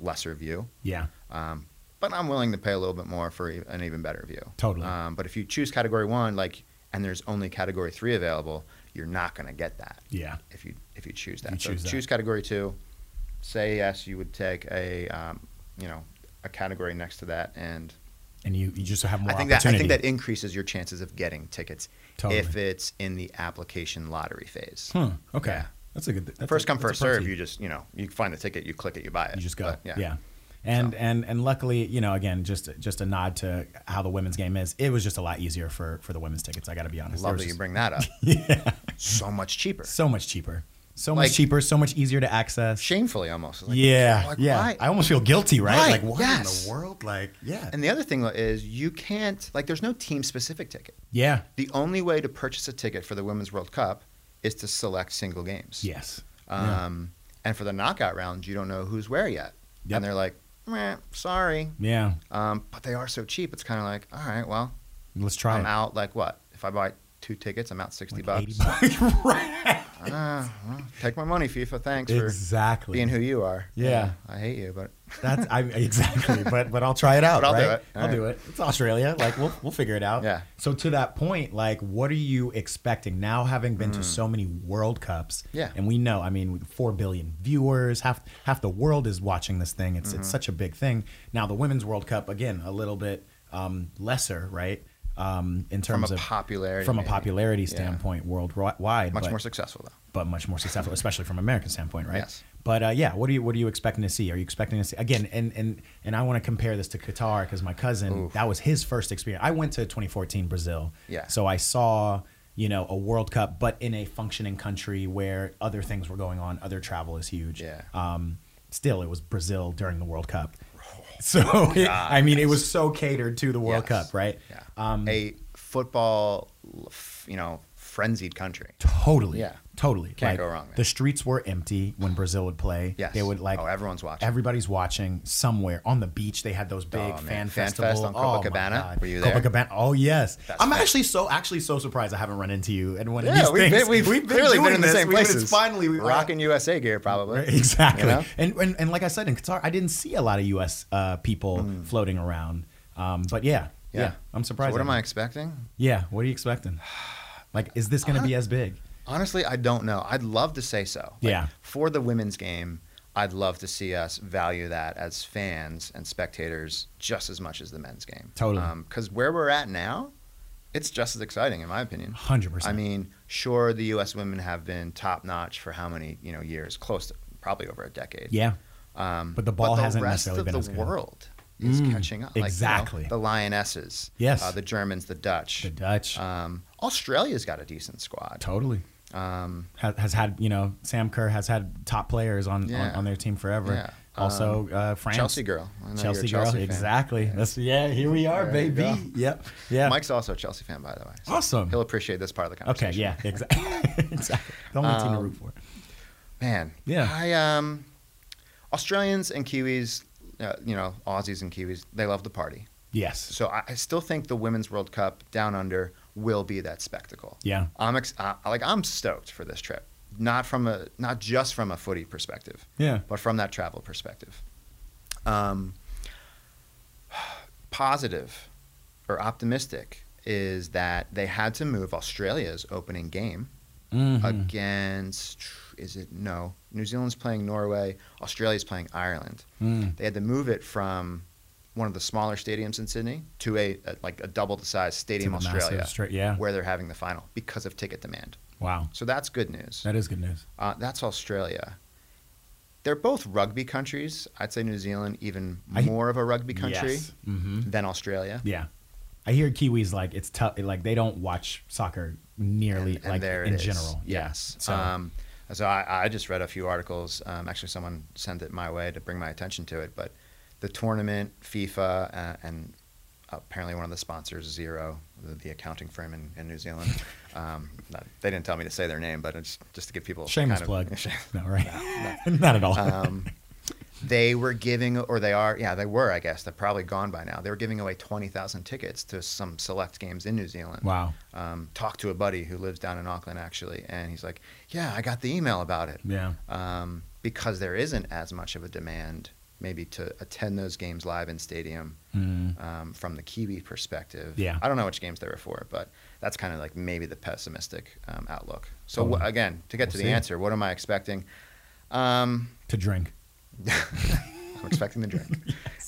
[SPEAKER 3] lesser view,
[SPEAKER 2] Yeah,
[SPEAKER 3] um, but I'm willing to pay a little bit more for e- an even better view.
[SPEAKER 2] Totally.
[SPEAKER 3] Um, but if you choose category one, like, and there's only category three available, you're not going to get that
[SPEAKER 2] yeah,
[SPEAKER 3] if you if you choose that.
[SPEAKER 2] You
[SPEAKER 3] so
[SPEAKER 2] choose
[SPEAKER 3] choose,
[SPEAKER 2] that.
[SPEAKER 3] category two. Say yes, you would take a um, you know a category next to that, and
[SPEAKER 2] and you, you just have more
[SPEAKER 3] I think that I
[SPEAKER 2] opportunity.
[SPEAKER 3] think that increases your chances of getting tickets
[SPEAKER 2] Totally.
[SPEAKER 3] if it's in the application lottery phase.
[SPEAKER 2] Hmm, okay,
[SPEAKER 3] Yeah.
[SPEAKER 2] that's a good. That's
[SPEAKER 3] first
[SPEAKER 2] a,
[SPEAKER 3] come
[SPEAKER 2] that's a
[SPEAKER 3] first serve.
[SPEAKER 2] perky.
[SPEAKER 3] You just you know you find the ticket, you click it, you buy it.
[SPEAKER 2] you just go.
[SPEAKER 3] But,
[SPEAKER 2] yeah. And, and and luckily, you know, again, just just a nod to how the women's game is. It was just a lot easier for for the women's tickets. I got to be honest. There
[SPEAKER 3] Love
[SPEAKER 2] was
[SPEAKER 3] that you
[SPEAKER 2] just
[SPEAKER 3] bring that up. So much cheaper.
[SPEAKER 2] so much cheaper, so
[SPEAKER 3] Like-
[SPEAKER 2] much cheaper, so much easier to access.
[SPEAKER 3] Shamefully, almost. Like,
[SPEAKER 2] yeah,
[SPEAKER 3] like,
[SPEAKER 2] yeah.
[SPEAKER 3] why?
[SPEAKER 2] I almost feel guilty, right?
[SPEAKER 3] Right,
[SPEAKER 2] Like what
[SPEAKER 3] yes.
[SPEAKER 2] in the world? Like yeah,
[SPEAKER 3] And the other thing is, you can't like. There's no team specific ticket.
[SPEAKER 2] yeah,
[SPEAKER 3] the only way to purchase a ticket for the Women's World Cup is to select single games.
[SPEAKER 2] yes. Yeah.
[SPEAKER 3] Um, And for the knockout rounds, you don't know who's where yet.
[SPEAKER 2] Yep.
[SPEAKER 3] And they're like, Meh, sorry.
[SPEAKER 2] yeah,
[SPEAKER 3] Um, but they are so cheap. It's kind of like, all right, well,
[SPEAKER 2] let's try
[SPEAKER 3] I'm
[SPEAKER 2] it.
[SPEAKER 3] out like what? If I buy two tickets, I'm out 60
[SPEAKER 2] Like
[SPEAKER 3] bucks.
[SPEAKER 2] 80 bucks. right.
[SPEAKER 3] Ah, well, take my money, FIFA. Thanks for
[SPEAKER 2] Exactly.
[SPEAKER 3] being who you are.
[SPEAKER 2] Yeah.
[SPEAKER 3] I hate you, but
[SPEAKER 2] That's I, exactly, but but I'll try it out.
[SPEAKER 3] But I'll do
[SPEAKER 2] right?
[SPEAKER 3] it.
[SPEAKER 2] I'll
[SPEAKER 3] All
[SPEAKER 2] do it. It's Australia. Like we'll we'll figure it out.
[SPEAKER 3] Yeah.
[SPEAKER 2] So to that point, like, what are you expecting now? Having been to so many World Cups.
[SPEAKER 3] Mm. Yeah.
[SPEAKER 2] And we know, I mean, four billion viewers. Half half the world is watching this thing. It's
[SPEAKER 3] Mm-hmm.
[SPEAKER 2] it's such a big thing. Now the Women's World Cup again, a little bit um, lesser, right? Um, in
[SPEAKER 3] from
[SPEAKER 2] terms
[SPEAKER 3] a
[SPEAKER 2] of
[SPEAKER 3] popularity.
[SPEAKER 2] from a
[SPEAKER 3] maybe.
[SPEAKER 2] popularity standpoint, worldwide,
[SPEAKER 3] Much
[SPEAKER 2] but-
[SPEAKER 3] more successful, though.
[SPEAKER 2] but much more successful, especially from an American standpoint, right?
[SPEAKER 3] Yes.
[SPEAKER 2] But uh, yeah, what are you what are you expecting to see? Are you expecting to see again? And and and I want to compare this to Qatar because my cousin
[SPEAKER 3] Oof.
[SPEAKER 2] that was his first experience. I went to 2014 Brazil,
[SPEAKER 3] Yeah.
[SPEAKER 2] So I saw you know a World Cup, but in a functioning country where other things were going on, other travel is huge.
[SPEAKER 3] Yeah.
[SPEAKER 2] Um, still, it was Brazil during the World Cup,
[SPEAKER 3] Oh
[SPEAKER 2] so it- I mean it was so catered to the World
[SPEAKER 3] Yes.
[SPEAKER 2] Cup, right?
[SPEAKER 3] Yeah.
[SPEAKER 2] Um,
[SPEAKER 3] a football, f- you know, frenzied country.
[SPEAKER 2] Totally.
[SPEAKER 3] Yeah.
[SPEAKER 2] Totally.
[SPEAKER 3] Can't
[SPEAKER 2] Like,
[SPEAKER 3] go wrong, man.
[SPEAKER 2] The streets were empty when Brazil would play.
[SPEAKER 3] Yes.
[SPEAKER 2] They would like.
[SPEAKER 3] Oh, everyone's watching.
[SPEAKER 2] Everybody's watching somewhere on the beach. They had those big
[SPEAKER 3] Oh,
[SPEAKER 2] fan
[SPEAKER 3] man. Fan fest
[SPEAKER 2] festival.
[SPEAKER 3] on
[SPEAKER 2] Oh, my
[SPEAKER 3] Copacabana.
[SPEAKER 2] God.
[SPEAKER 3] Were you there?
[SPEAKER 2] Copacabana. Oh yes.
[SPEAKER 3] That's
[SPEAKER 2] I'm
[SPEAKER 3] fun.
[SPEAKER 2] actually so actually so surprised I haven't run into you and one of
[SPEAKER 3] Yeah,
[SPEAKER 2] these
[SPEAKER 3] we've
[SPEAKER 2] things.
[SPEAKER 3] been, we've, clearly been
[SPEAKER 2] doing
[SPEAKER 3] in the
[SPEAKER 2] this.
[SPEAKER 3] same
[SPEAKER 2] We've been-
[SPEAKER 3] places.
[SPEAKER 2] finally, we
[SPEAKER 3] rocking USA gear, probably.
[SPEAKER 2] Exactly.
[SPEAKER 3] You know?
[SPEAKER 2] and, and and like I said in Qatar, I didn't see a lot of U.S. Uh, people floating around. Um, but yeah, yeah, I'm surprised.
[SPEAKER 3] Hmm. So what am
[SPEAKER 2] haven't-
[SPEAKER 3] I expecting?
[SPEAKER 2] Yeah. What are you expecting? Like, is this going to be as big?
[SPEAKER 3] Honestly, I don't know. I'd love to say so. Like,
[SPEAKER 2] Yeah.
[SPEAKER 3] For the women's game, I'd love to see us value that as fans and spectators just as much as the men's game.
[SPEAKER 2] Totally.
[SPEAKER 3] Because where we're at now, it's just as exciting, in my opinion.
[SPEAKER 2] Hundred percent.
[SPEAKER 3] I mean, sure, the U.S. women have been top notch for how many you know years? Close to probably over a decade.
[SPEAKER 2] Yeah.
[SPEAKER 3] Um,
[SPEAKER 2] But the ball hasn't
[SPEAKER 3] rest
[SPEAKER 2] necessarily
[SPEAKER 3] of
[SPEAKER 2] been
[SPEAKER 3] the
[SPEAKER 2] as good.
[SPEAKER 3] world is
[SPEAKER 2] Mm,
[SPEAKER 3] catching up.
[SPEAKER 2] exactly.
[SPEAKER 3] the Lionesses.
[SPEAKER 2] Yes.
[SPEAKER 3] Uh, the Germans, the Dutch.
[SPEAKER 2] The Dutch.
[SPEAKER 3] Um, Australia's got a decent squad.
[SPEAKER 2] totally.
[SPEAKER 3] Um,
[SPEAKER 2] Has, has had, you know, Sam Kerr has had top players on,
[SPEAKER 3] Yeah.
[SPEAKER 2] on, on their team forever.
[SPEAKER 3] Yeah. Um,
[SPEAKER 2] Also, uh, France.
[SPEAKER 3] Chelsea girl. I know you're a
[SPEAKER 2] Chelsea girl.
[SPEAKER 3] Chelsea fan.
[SPEAKER 2] exactly. That's Yeah, here we are,
[SPEAKER 3] There you
[SPEAKER 2] baby.
[SPEAKER 3] go.
[SPEAKER 2] Yep. Yeah.
[SPEAKER 3] Mike's also a Chelsea fan, by the way.
[SPEAKER 2] Awesome.
[SPEAKER 3] He'll appreciate this part of the
[SPEAKER 2] okay,
[SPEAKER 3] conversation.
[SPEAKER 2] yeah, exactly. exactly. The only
[SPEAKER 3] Um,
[SPEAKER 2] team to root for.
[SPEAKER 3] Man.
[SPEAKER 2] Yeah.
[SPEAKER 3] I um, Australians and Kiwis, uh, you know, Aussies and Kiwis, they love the party.
[SPEAKER 2] Yes.
[SPEAKER 3] So I, I still think the Women's World Cup down under will be that spectacle.
[SPEAKER 2] Yeah.
[SPEAKER 3] I'm ex- uh, like I'm stoked for this trip. Not from a not just from a footy perspective,
[SPEAKER 2] Yeah.
[SPEAKER 3] but from that travel perspective. Um, positive or optimistic is that they had to move Australia's opening game
[SPEAKER 2] Mhm.
[SPEAKER 3] against is it no New Zealand's playing Norway, Australia's playing Ireland.
[SPEAKER 2] Mm.
[SPEAKER 3] They had to move it from one of the smaller stadiums in Sydney to a, a like a double the size stadium
[SPEAKER 2] To the massive
[SPEAKER 3] Australia,
[SPEAKER 2] stra- yeah.
[SPEAKER 3] where they're having the final because of ticket demand.
[SPEAKER 2] Wow.
[SPEAKER 3] So that's good news.
[SPEAKER 2] That is good news.
[SPEAKER 3] Uh, that's Australia. They're both rugby countries. I'd say New Zealand even
[SPEAKER 2] I-
[SPEAKER 3] more of a rugby country
[SPEAKER 2] Yes. Mhm.
[SPEAKER 3] than Australia.
[SPEAKER 2] Yeah. I hear Kiwis like it's tough. Like they don't watch soccer nearly
[SPEAKER 3] and
[SPEAKER 2] like
[SPEAKER 3] there
[SPEAKER 2] in
[SPEAKER 3] it is.
[SPEAKER 2] general. Yeah.
[SPEAKER 3] Yes.
[SPEAKER 2] So
[SPEAKER 3] Um, so I, I just read a few articles. Um, actually, someone sent it my way to bring my attention to it. But the tournament, FIFA, uh, and apparently one of the sponsors, Zero, the, the accounting firm in, in New Zealand. Um, not- they didn't tell me to say their name, but it's just to give people
[SPEAKER 2] shameless
[SPEAKER 3] kind
[SPEAKER 2] plug.
[SPEAKER 3] of-
[SPEAKER 2] no, right? Not at all.
[SPEAKER 3] um, they were giving, or they are, yeah, they were, I guess. They're probably gone by now. They were giving away 20,000 tickets to some select games in New Zealand.
[SPEAKER 2] wow.
[SPEAKER 3] Um, talked to a buddy who lives down in Auckland, actually, and he's like, Yeah, I got the email about it.
[SPEAKER 2] Yeah.
[SPEAKER 3] Um, because there isn't as much of a demand, maybe, to attend those games live in stadium
[SPEAKER 2] Mm.
[SPEAKER 3] um, from the Kiwi perspective.
[SPEAKER 2] Yeah.
[SPEAKER 3] I don't know which games they were for, but that's kind of like maybe the pessimistic um, outlook. So, wh- again, to get to
[SPEAKER 2] We'll
[SPEAKER 3] the
[SPEAKER 2] see.
[SPEAKER 3] answer, what am I expecting? Um,
[SPEAKER 2] To drink.
[SPEAKER 3] I'm expecting the drink,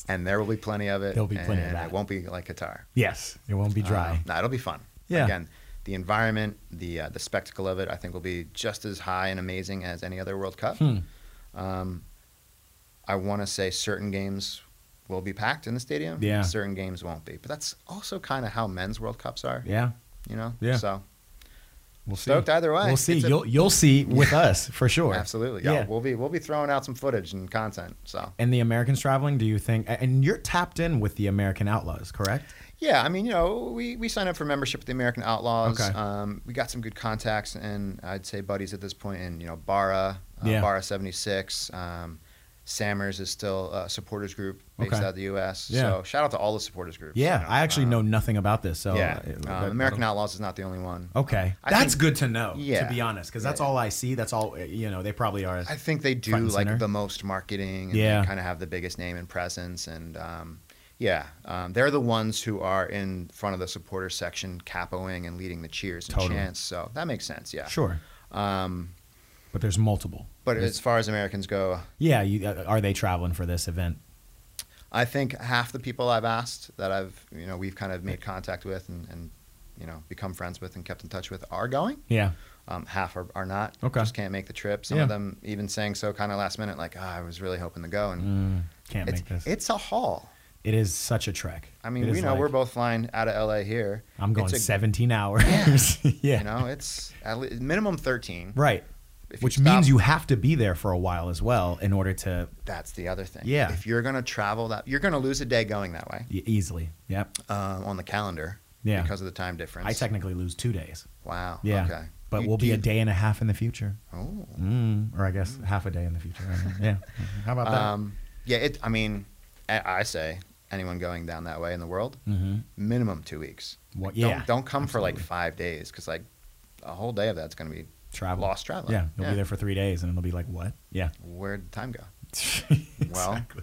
[SPEAKER 3] and there will be plenty of it.
[SPEAKER 2] There'll be plenty of
[SPEAKER 3] and
[SPEAKER 2] that.
[SPEAKER 3] It won't be like Qatar.
[SPEAKER 2] Yes. It won't be dry.
[SPEAKER 3] Um, no, it'll be fun.
[SPEAKER 2] Yeah.
[SPEAKER 3] Again, the environment, the uh, the spectacle of it, I think will be just as high and amazing as any other World Cup.
[SPEAKER 2] Hmm.
[SPEAKER 3] Um, I want to say certain games will be packed in the stadium.
[SPEAKER 2] Yeah.
[SPEAKER 3] Certain games won't be, but that's also kind of how men's World Cups are.
[SPEAKER 2] Yeah.
[SPEAKER 3] You know.
[SPEAKER 2] Yeah.
[SPEAKER 3] So
[SPEAKER 2] We'll see.
[SPEAKER 3] Stoked either way.
[SPEAKER 2] We'll see.
[SPEAKER 3] It's a-
[SPEAKER 2] you'll you'll see with us for sure.
[SPEAKER 3] absolutely, yeah,
[SPEAKER 2] Yeah.
[SPEAKER 3] we'll be we'll be throwing out some footage and content. So
[SPEAKER 2] and the Americans traveling, do you think? a- And you're tapped in with the American Outlaws, correct?
[SPEAKER 3] Yeah, I mean, you know, we, we signed up for membership with the American Outlaws.
[SPEAKER 2] Okay.
[SPEAKER 3] Um, we got some good contacts, and I'd say buddies at this point in, you know, Barra, uh,
[SPEAKER 2] Yeah.
[SPEAKER 3] Barra 76. Um, Samers is still a supporters group based
[SPEAKER 2] Okay.
[SPEAKER 3] out of the U.S.
[SPEAKER 2] Yeah.
[SPEAKER 3] So shout out to all the supporters groups.
[SPEAKER 2] Yeah.
[SPEAKER 3] you know,
[SPEAKER 2] I actually
[SPEAKER 3] um,
[SPEAKER 2] know nothing about this. So
[SPEAKER 3] yeah.
[SPEAKER 2] uh,
[SPEAKER 3] Um,
[SPEAKER 2] that-
[SPEAKER 3] American Outlaws is not the only one.
[SPEAKER 2] Okay,
[SPEAKER 3] I
[SPEAKER 2] that's
[SPEAKER 3] think-
[SPEAKER 2] good to know.
[SPEAKER 3] Yeah.
[SPEAKER 2] to be honest, because that's
[SPEAKER 3] Yeah.
[SPEAKER 2] all I see. That's all uh, you know. They probably are.
[SPEAKER 3] I think they do
[SPEAKER 2] Front and
[SPEAKER 3] like
[SPEAKER 2] center.
[SPEAKER 3] the most marketing and
[SPEAKER 2] Yeah.
[SPEAKER 3] they kind of have the biggest name and presence. And um, yeah, um, they're the ones who are in front of the supporter section, capoing and leading the cheers and
[SPEAKER 2] Totally.
[SPEAKER 3] chants. So that makes sense. Yeah.
[SPEAKER 2] Sure,
[SPEAKER 3] Um,
[SPEAKER 2] but there's multiple.
[SPEAKER 3] but
[SPEAKER 2] There's-
[SPEAKER 3] as far as Americans go,
[SPEAKER 2] yeah, you, uh, are they traveling for this event?
[SPEAKER 3] I think half the people I've asked that I've, you know, we've kind of made contact with and, and you know, become friends with and kept in touch with are going.
[SPEAKER 2] Yeah,
[SPEAKER 3] Um, half are, are not.
[SPEAKER 2] Okay.
[SPEAKER 3] Just can't make the trip. Some
[SPEAKER 2] Yeah.
[SPEAKER 3] of them even saying so kind of last minute, like, "Ah, I was really hoping to go. And
[SPEAKER 2] Mm, can't
[SPEAKER 3] it's,
[SPEAKER 2] make this.
[SPEAKER 3] it's a haul.
[SPEAKER 2] it is such a trek.
[SPEAKER 3] I mean,
[SPEAKER 2] It
[SPEAKER 3] we
[SPEAKER 2] is
[SPEAKER 3] know
[SPEAKER 2] like,
[SPEAKER 3] we're both flying out of LA here.
[SPEAKER 2] I'm going
[SPEAKER 3] It's a-
[SPEAKER 2] 17 hours. Yeah,
[SPEAKER 3] You know, it's at le- minimum 13.
[SPEAKER 2] right.
[SPEAKER 3] If you
[SPEAKER 2] Which
[SPEAKER 3] stop-
[SPEAKER 2] means you have to be there for a while as well in order to
[SPEAKER 3] That's the other thing.
[SPEAKER 2] Yeah.
[SPEAKER 3] If you're going to travel that, you're going to lose a day going that way
[SPEAKER 2] e- easily. Yep.
[SPEAKER 3] uh, on the calendar
[SPEAKER 2] Yeah.
[SPEAKER 3] because of the time difference.
[SPEAKER 2] I technically lose two days.
[SPEAKER 3] Wow.
[SPEAKER 2] Yeah.
[SPEAKER 3] Okay.
[SPEAKER 2] But
[SPEAKER 3] You-
[SPEAKER 2] we'll
[SPEAKER 3] do
[SPEAKER 2] be a
[SPEAKER 3] you-
[SPEAKER 2] day and a half in the future.
[SPEAKER 3] Oh.
[SPEAKER 2] Mm, or I guess half a day in the future. I don't know. Yeah. How about that?
[SPEAKER 3] Um, yeah. It. I mean, I, I say anyone going down that way in the world,
[SPEAKER 2] mm-hmm.
[SPEAKER 3] minimum two weeks.
[SPEAKER 2] What?
[SPEAKER 3] Don't-
[SPEAKER 2] Yeah.
[SPEAKER 3] Don't, come for
[SPEAKER 2] absolutely.
[SPEAKER 3] like five days because like a whole day of that's going to be
[SPEAKER 2] travel.
[SPEAKER 3] lost traveling.
[SPEAKER 2] Yeah, you'll be there for three days, and it'll be like, what? Yeah.
[SPEAKER 3] Where'd the time go? Well-
[SPEAKER 2] Exactly.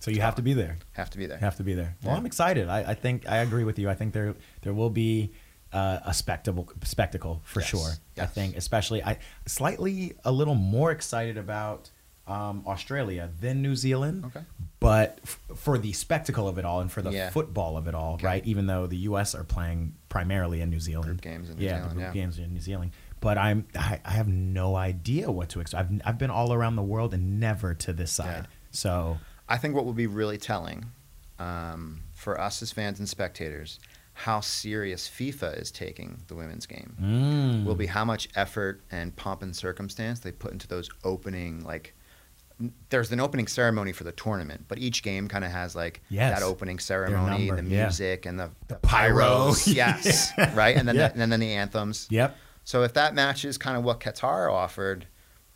[SPEAKER 2] so you have to be there.
[SPEAKER 3] Have to be there.
[SPEAKER 2] You have to be there. Well,
[SPEAKER 3] Yeah.
[SPEAKER 2] I'm excited. I, I think I agree with you. I think there there will be uh, a spectacle spectacle for
[SPEAKER 3] Yes.
[SPEAKER 2] sure. I
[SPEAKER 3] Yes.
[SPEAKER 2] think, especially, I slightly a little more excited about um, Australia than New Zealand.
[SPEAKER 3] Okay.
[SPEAKER 2] But f- for the spectacle of it all and for the
[SPEAKER 3] Yeah.
[SPEAKER 2] football of it all, right?
[SPEAKER 3] Okay.
[SPEAKER 2] Even though the U.S. are playing primarily in New Zealand,
[SPEAKER 3] Group games in New
[SPEAKER 2] yeah,
[SPEAKER 3] Zealand,
[SPEAKER 2] the group
[SPEAKER 3] yeah.
[SPEAKER 2] games in New Zealand. But I'm I, I have no idea what to expect. I've I've been all around the world and never to this
[SPEAKER 3] Yeah.
[SPEAKER 2] side. So
[SPEAKER 3] I think what will be really telling um, for us as fans and spectators, how serious FIFA is taking the women's game,
[SPEAKER 2] mm,
[SPEAKER 3] will be how much effort and pomp and circumstance they put into those opening like. n- There's an opening ceremony for the tournament, but each game kind of has like
[SPEAKER 2] Yes.
[SPEAKER 3] that opening ceremony,
[SPEAKER 2] number,
[SPEAKER 3] the
[SPEAKER 2] yeah.
[SPEAKER 3] music, and the, the
[SPEAKER 2] pyro.
[SPEAKER 3] pyros. yes, right, and then
[SPEAKER 2] Yeah.
[SPEAKER 3] the, and then the anthems.
[SPEAKER 2] yep,
[SPEAKER 3] So if that matches kind of what Qatar offered,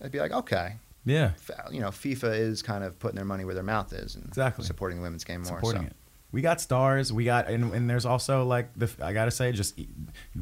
[SPEAKER 3] I'd be like, okay,
[SPEAKER 2] yeah,
[SPEAKER 3] f- you know, FIFA is kind of putting their money where their mouth is and
[SPEAKER 2] Exactly.
[SPEAKER 3] supporting the women's game more.
[SPEAKER 2] supporting
[SPEAKER 3] so.
[SPEAKER 2] it. We got stars. We got and, and there's also like the I gotta say just e-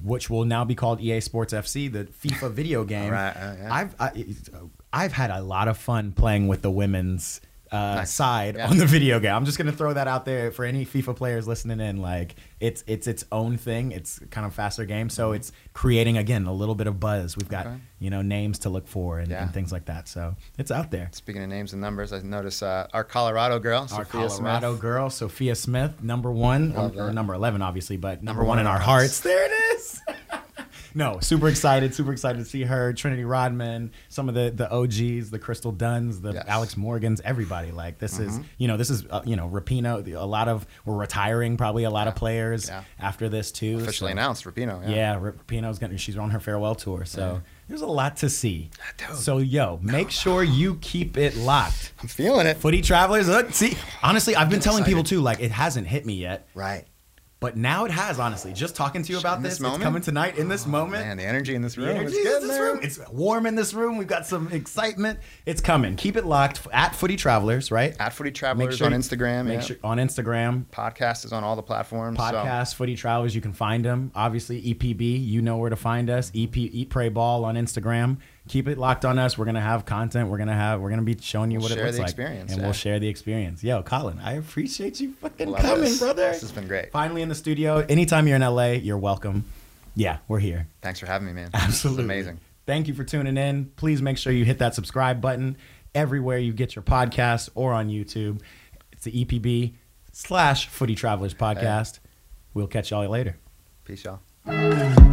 [SPEAKER 2] which will now be called EA Sports FC, the FIFA video game.
[SPEAKER 3] Right, uh, yeah.
[SPEAKER 2] I've I, it's- I've had a lot of fun playing with the women's. Uh,
[SPEAKER 3] Nice.
[SPEAKER 2] side
[SPEAKER 3] Yeah.
[SPEAKER 2] on the video game. I'm just gonna throw that out there for any FIFA players listening in. Like it's it's its own thing. It's kind of faster game, so it's creating again a little bit of buzz. We've got
[SPEAKER 3] Mm-hmm. Okay.
[SPEAKER 2] you know names to look for and,
[SPEAKER 3] Yeah.
[SPEAKER 2] and things like that. So it's out there.
[SPEAKER 3] Speaking of names and numbers, I noticed uh, our Colorado girl,
[SPEAKER 2] our
[SPEAKER 3] Sophia
[SPEAKER 2] Colorado
[SPEAKER 3] Smith,
[SPEAKER 2] girl, Sophia Smith, number one, or,
[SPEAKER 3] Love
[SPEAKER 2] or
[SPEAKER 3] that.
[SPEAKER 2] number 11, obviously, but number,
[SPEAKER 3] Number
[SPEAKER 2] one,
[SPEAKER 3] one
[SPEAKER 2] in
[SPEAKER 3] in
[SPEAKER 2] our
[SPEAKER 3] our
[SPEAKER 2] hearts. There it is. no, super excited, super excited to see her. Trinity Rodman, some of the the OGs, the Crystal Duns, the
[SPEAKER 3] Yes. Mm-hmm.
[SPEAKER 2] Alex Morgans, everybody. Like this is you know this is uh, you know Rapino. the- A lot of we're retiring probably a lot of players
[SPEAKER 3] Yeah.
[SPEAKER 2] after this too.
[SPEAKER 3] Officially
[SPEAKER 2] so-
[SPEAKER 3] announced, Rapino.
[SPEAKER 2] Yeah, Rapino's gonna she's on her farewell tour. So there's a lot to see.
[SPEAKER 3] Dude.
[SPEAKER 2] So yo, make sure you keep it locked.
[SPEAKER 3] I'm feeling it.
[SPEAKER 2] Footy travelers, look, see, honestly, I've been telling people
[SPEAKER 3] excited.
[SPEAKER 2] too, like it hasn't hit me yet,
[SPEAKER 3] Right.
[SPEAKER 2] but now it has. Honestly, just talking to you about
[SPEAKER 3] In
[SPEAKER 2] this,
[SPEAKER 3] this
[SPEAKER 2] it's
[SPEAKER 3] moment? Oh,
[SPEAKER 2] coming tonight in this moment.
[SPEAKER 3] Man, the energy in this
[SPEAKER 2] The
[SPEAKER 3] room is
[SPEAKER 2] energy is
[SPEAKER 3] good,
[SPEAKER 2] in this
[SPEAKER 3] man.
[SPEAKER 2] room. It's warm in this room. We've got some excitement. It's coming. Keep it locked f- at Footy Travelers, right?
[SPEAKER 3] At Footy Travelers on
[SPEAKER 2] you-
[SPEAKER 3] Instagram.
[SPEAKER 2] Make
[SPEAKER 3] yeah.
[SPEAKER 2] sure on Instagram.
[SPEAKER 3] Podcast is on all the platforms. so-
[SPEAKER 2] Podcast, Footy Travelers, you can find them. Obviously, EPB, you know where to find us. EP Eat Pray Ball on Instagram. Keep it locked on us. We're gonna have content. We're gonna have. We're gonna be showing you
[SPEAKER 3] We'll
[SPEAKER 2] what it
[SPEAKER 3] share
[SPEAKER 2] looks
[SPEAKER 3] the
[SPEAKER 2] like,
[SPEAKER 3] experience,
[SPEAKER 2] and
[SPEAKER 3] yeah.
[SPEAKER 2] we'll share the experience. Yo, Colin, I appreciate you fucking
[SPEAKER 3] Love
[SPEAKER 2] coming,
[SPEAKER 3] this.
[SPEAKER 2] brother.
[SPEAKER 3] This has been great.
[SPEAKER 2] Finally in the studio. Anytime you're in LA, you're welcome. Yeah, we're here.
[SPEAKER 3] Thanks for having me, man.
[SPEAKER 2] Absolutely.
[SPEAKER 3] This is amazing.
[SPEAKER 2] Thank you for tuning in. Please make sure you hit that subscribe button everywhere you get your podcast or on YouTube. It's the E EPB slash Footy Travelers podcast. We'll catch y'all later.
[SPEAKER 3] Peace, y'all.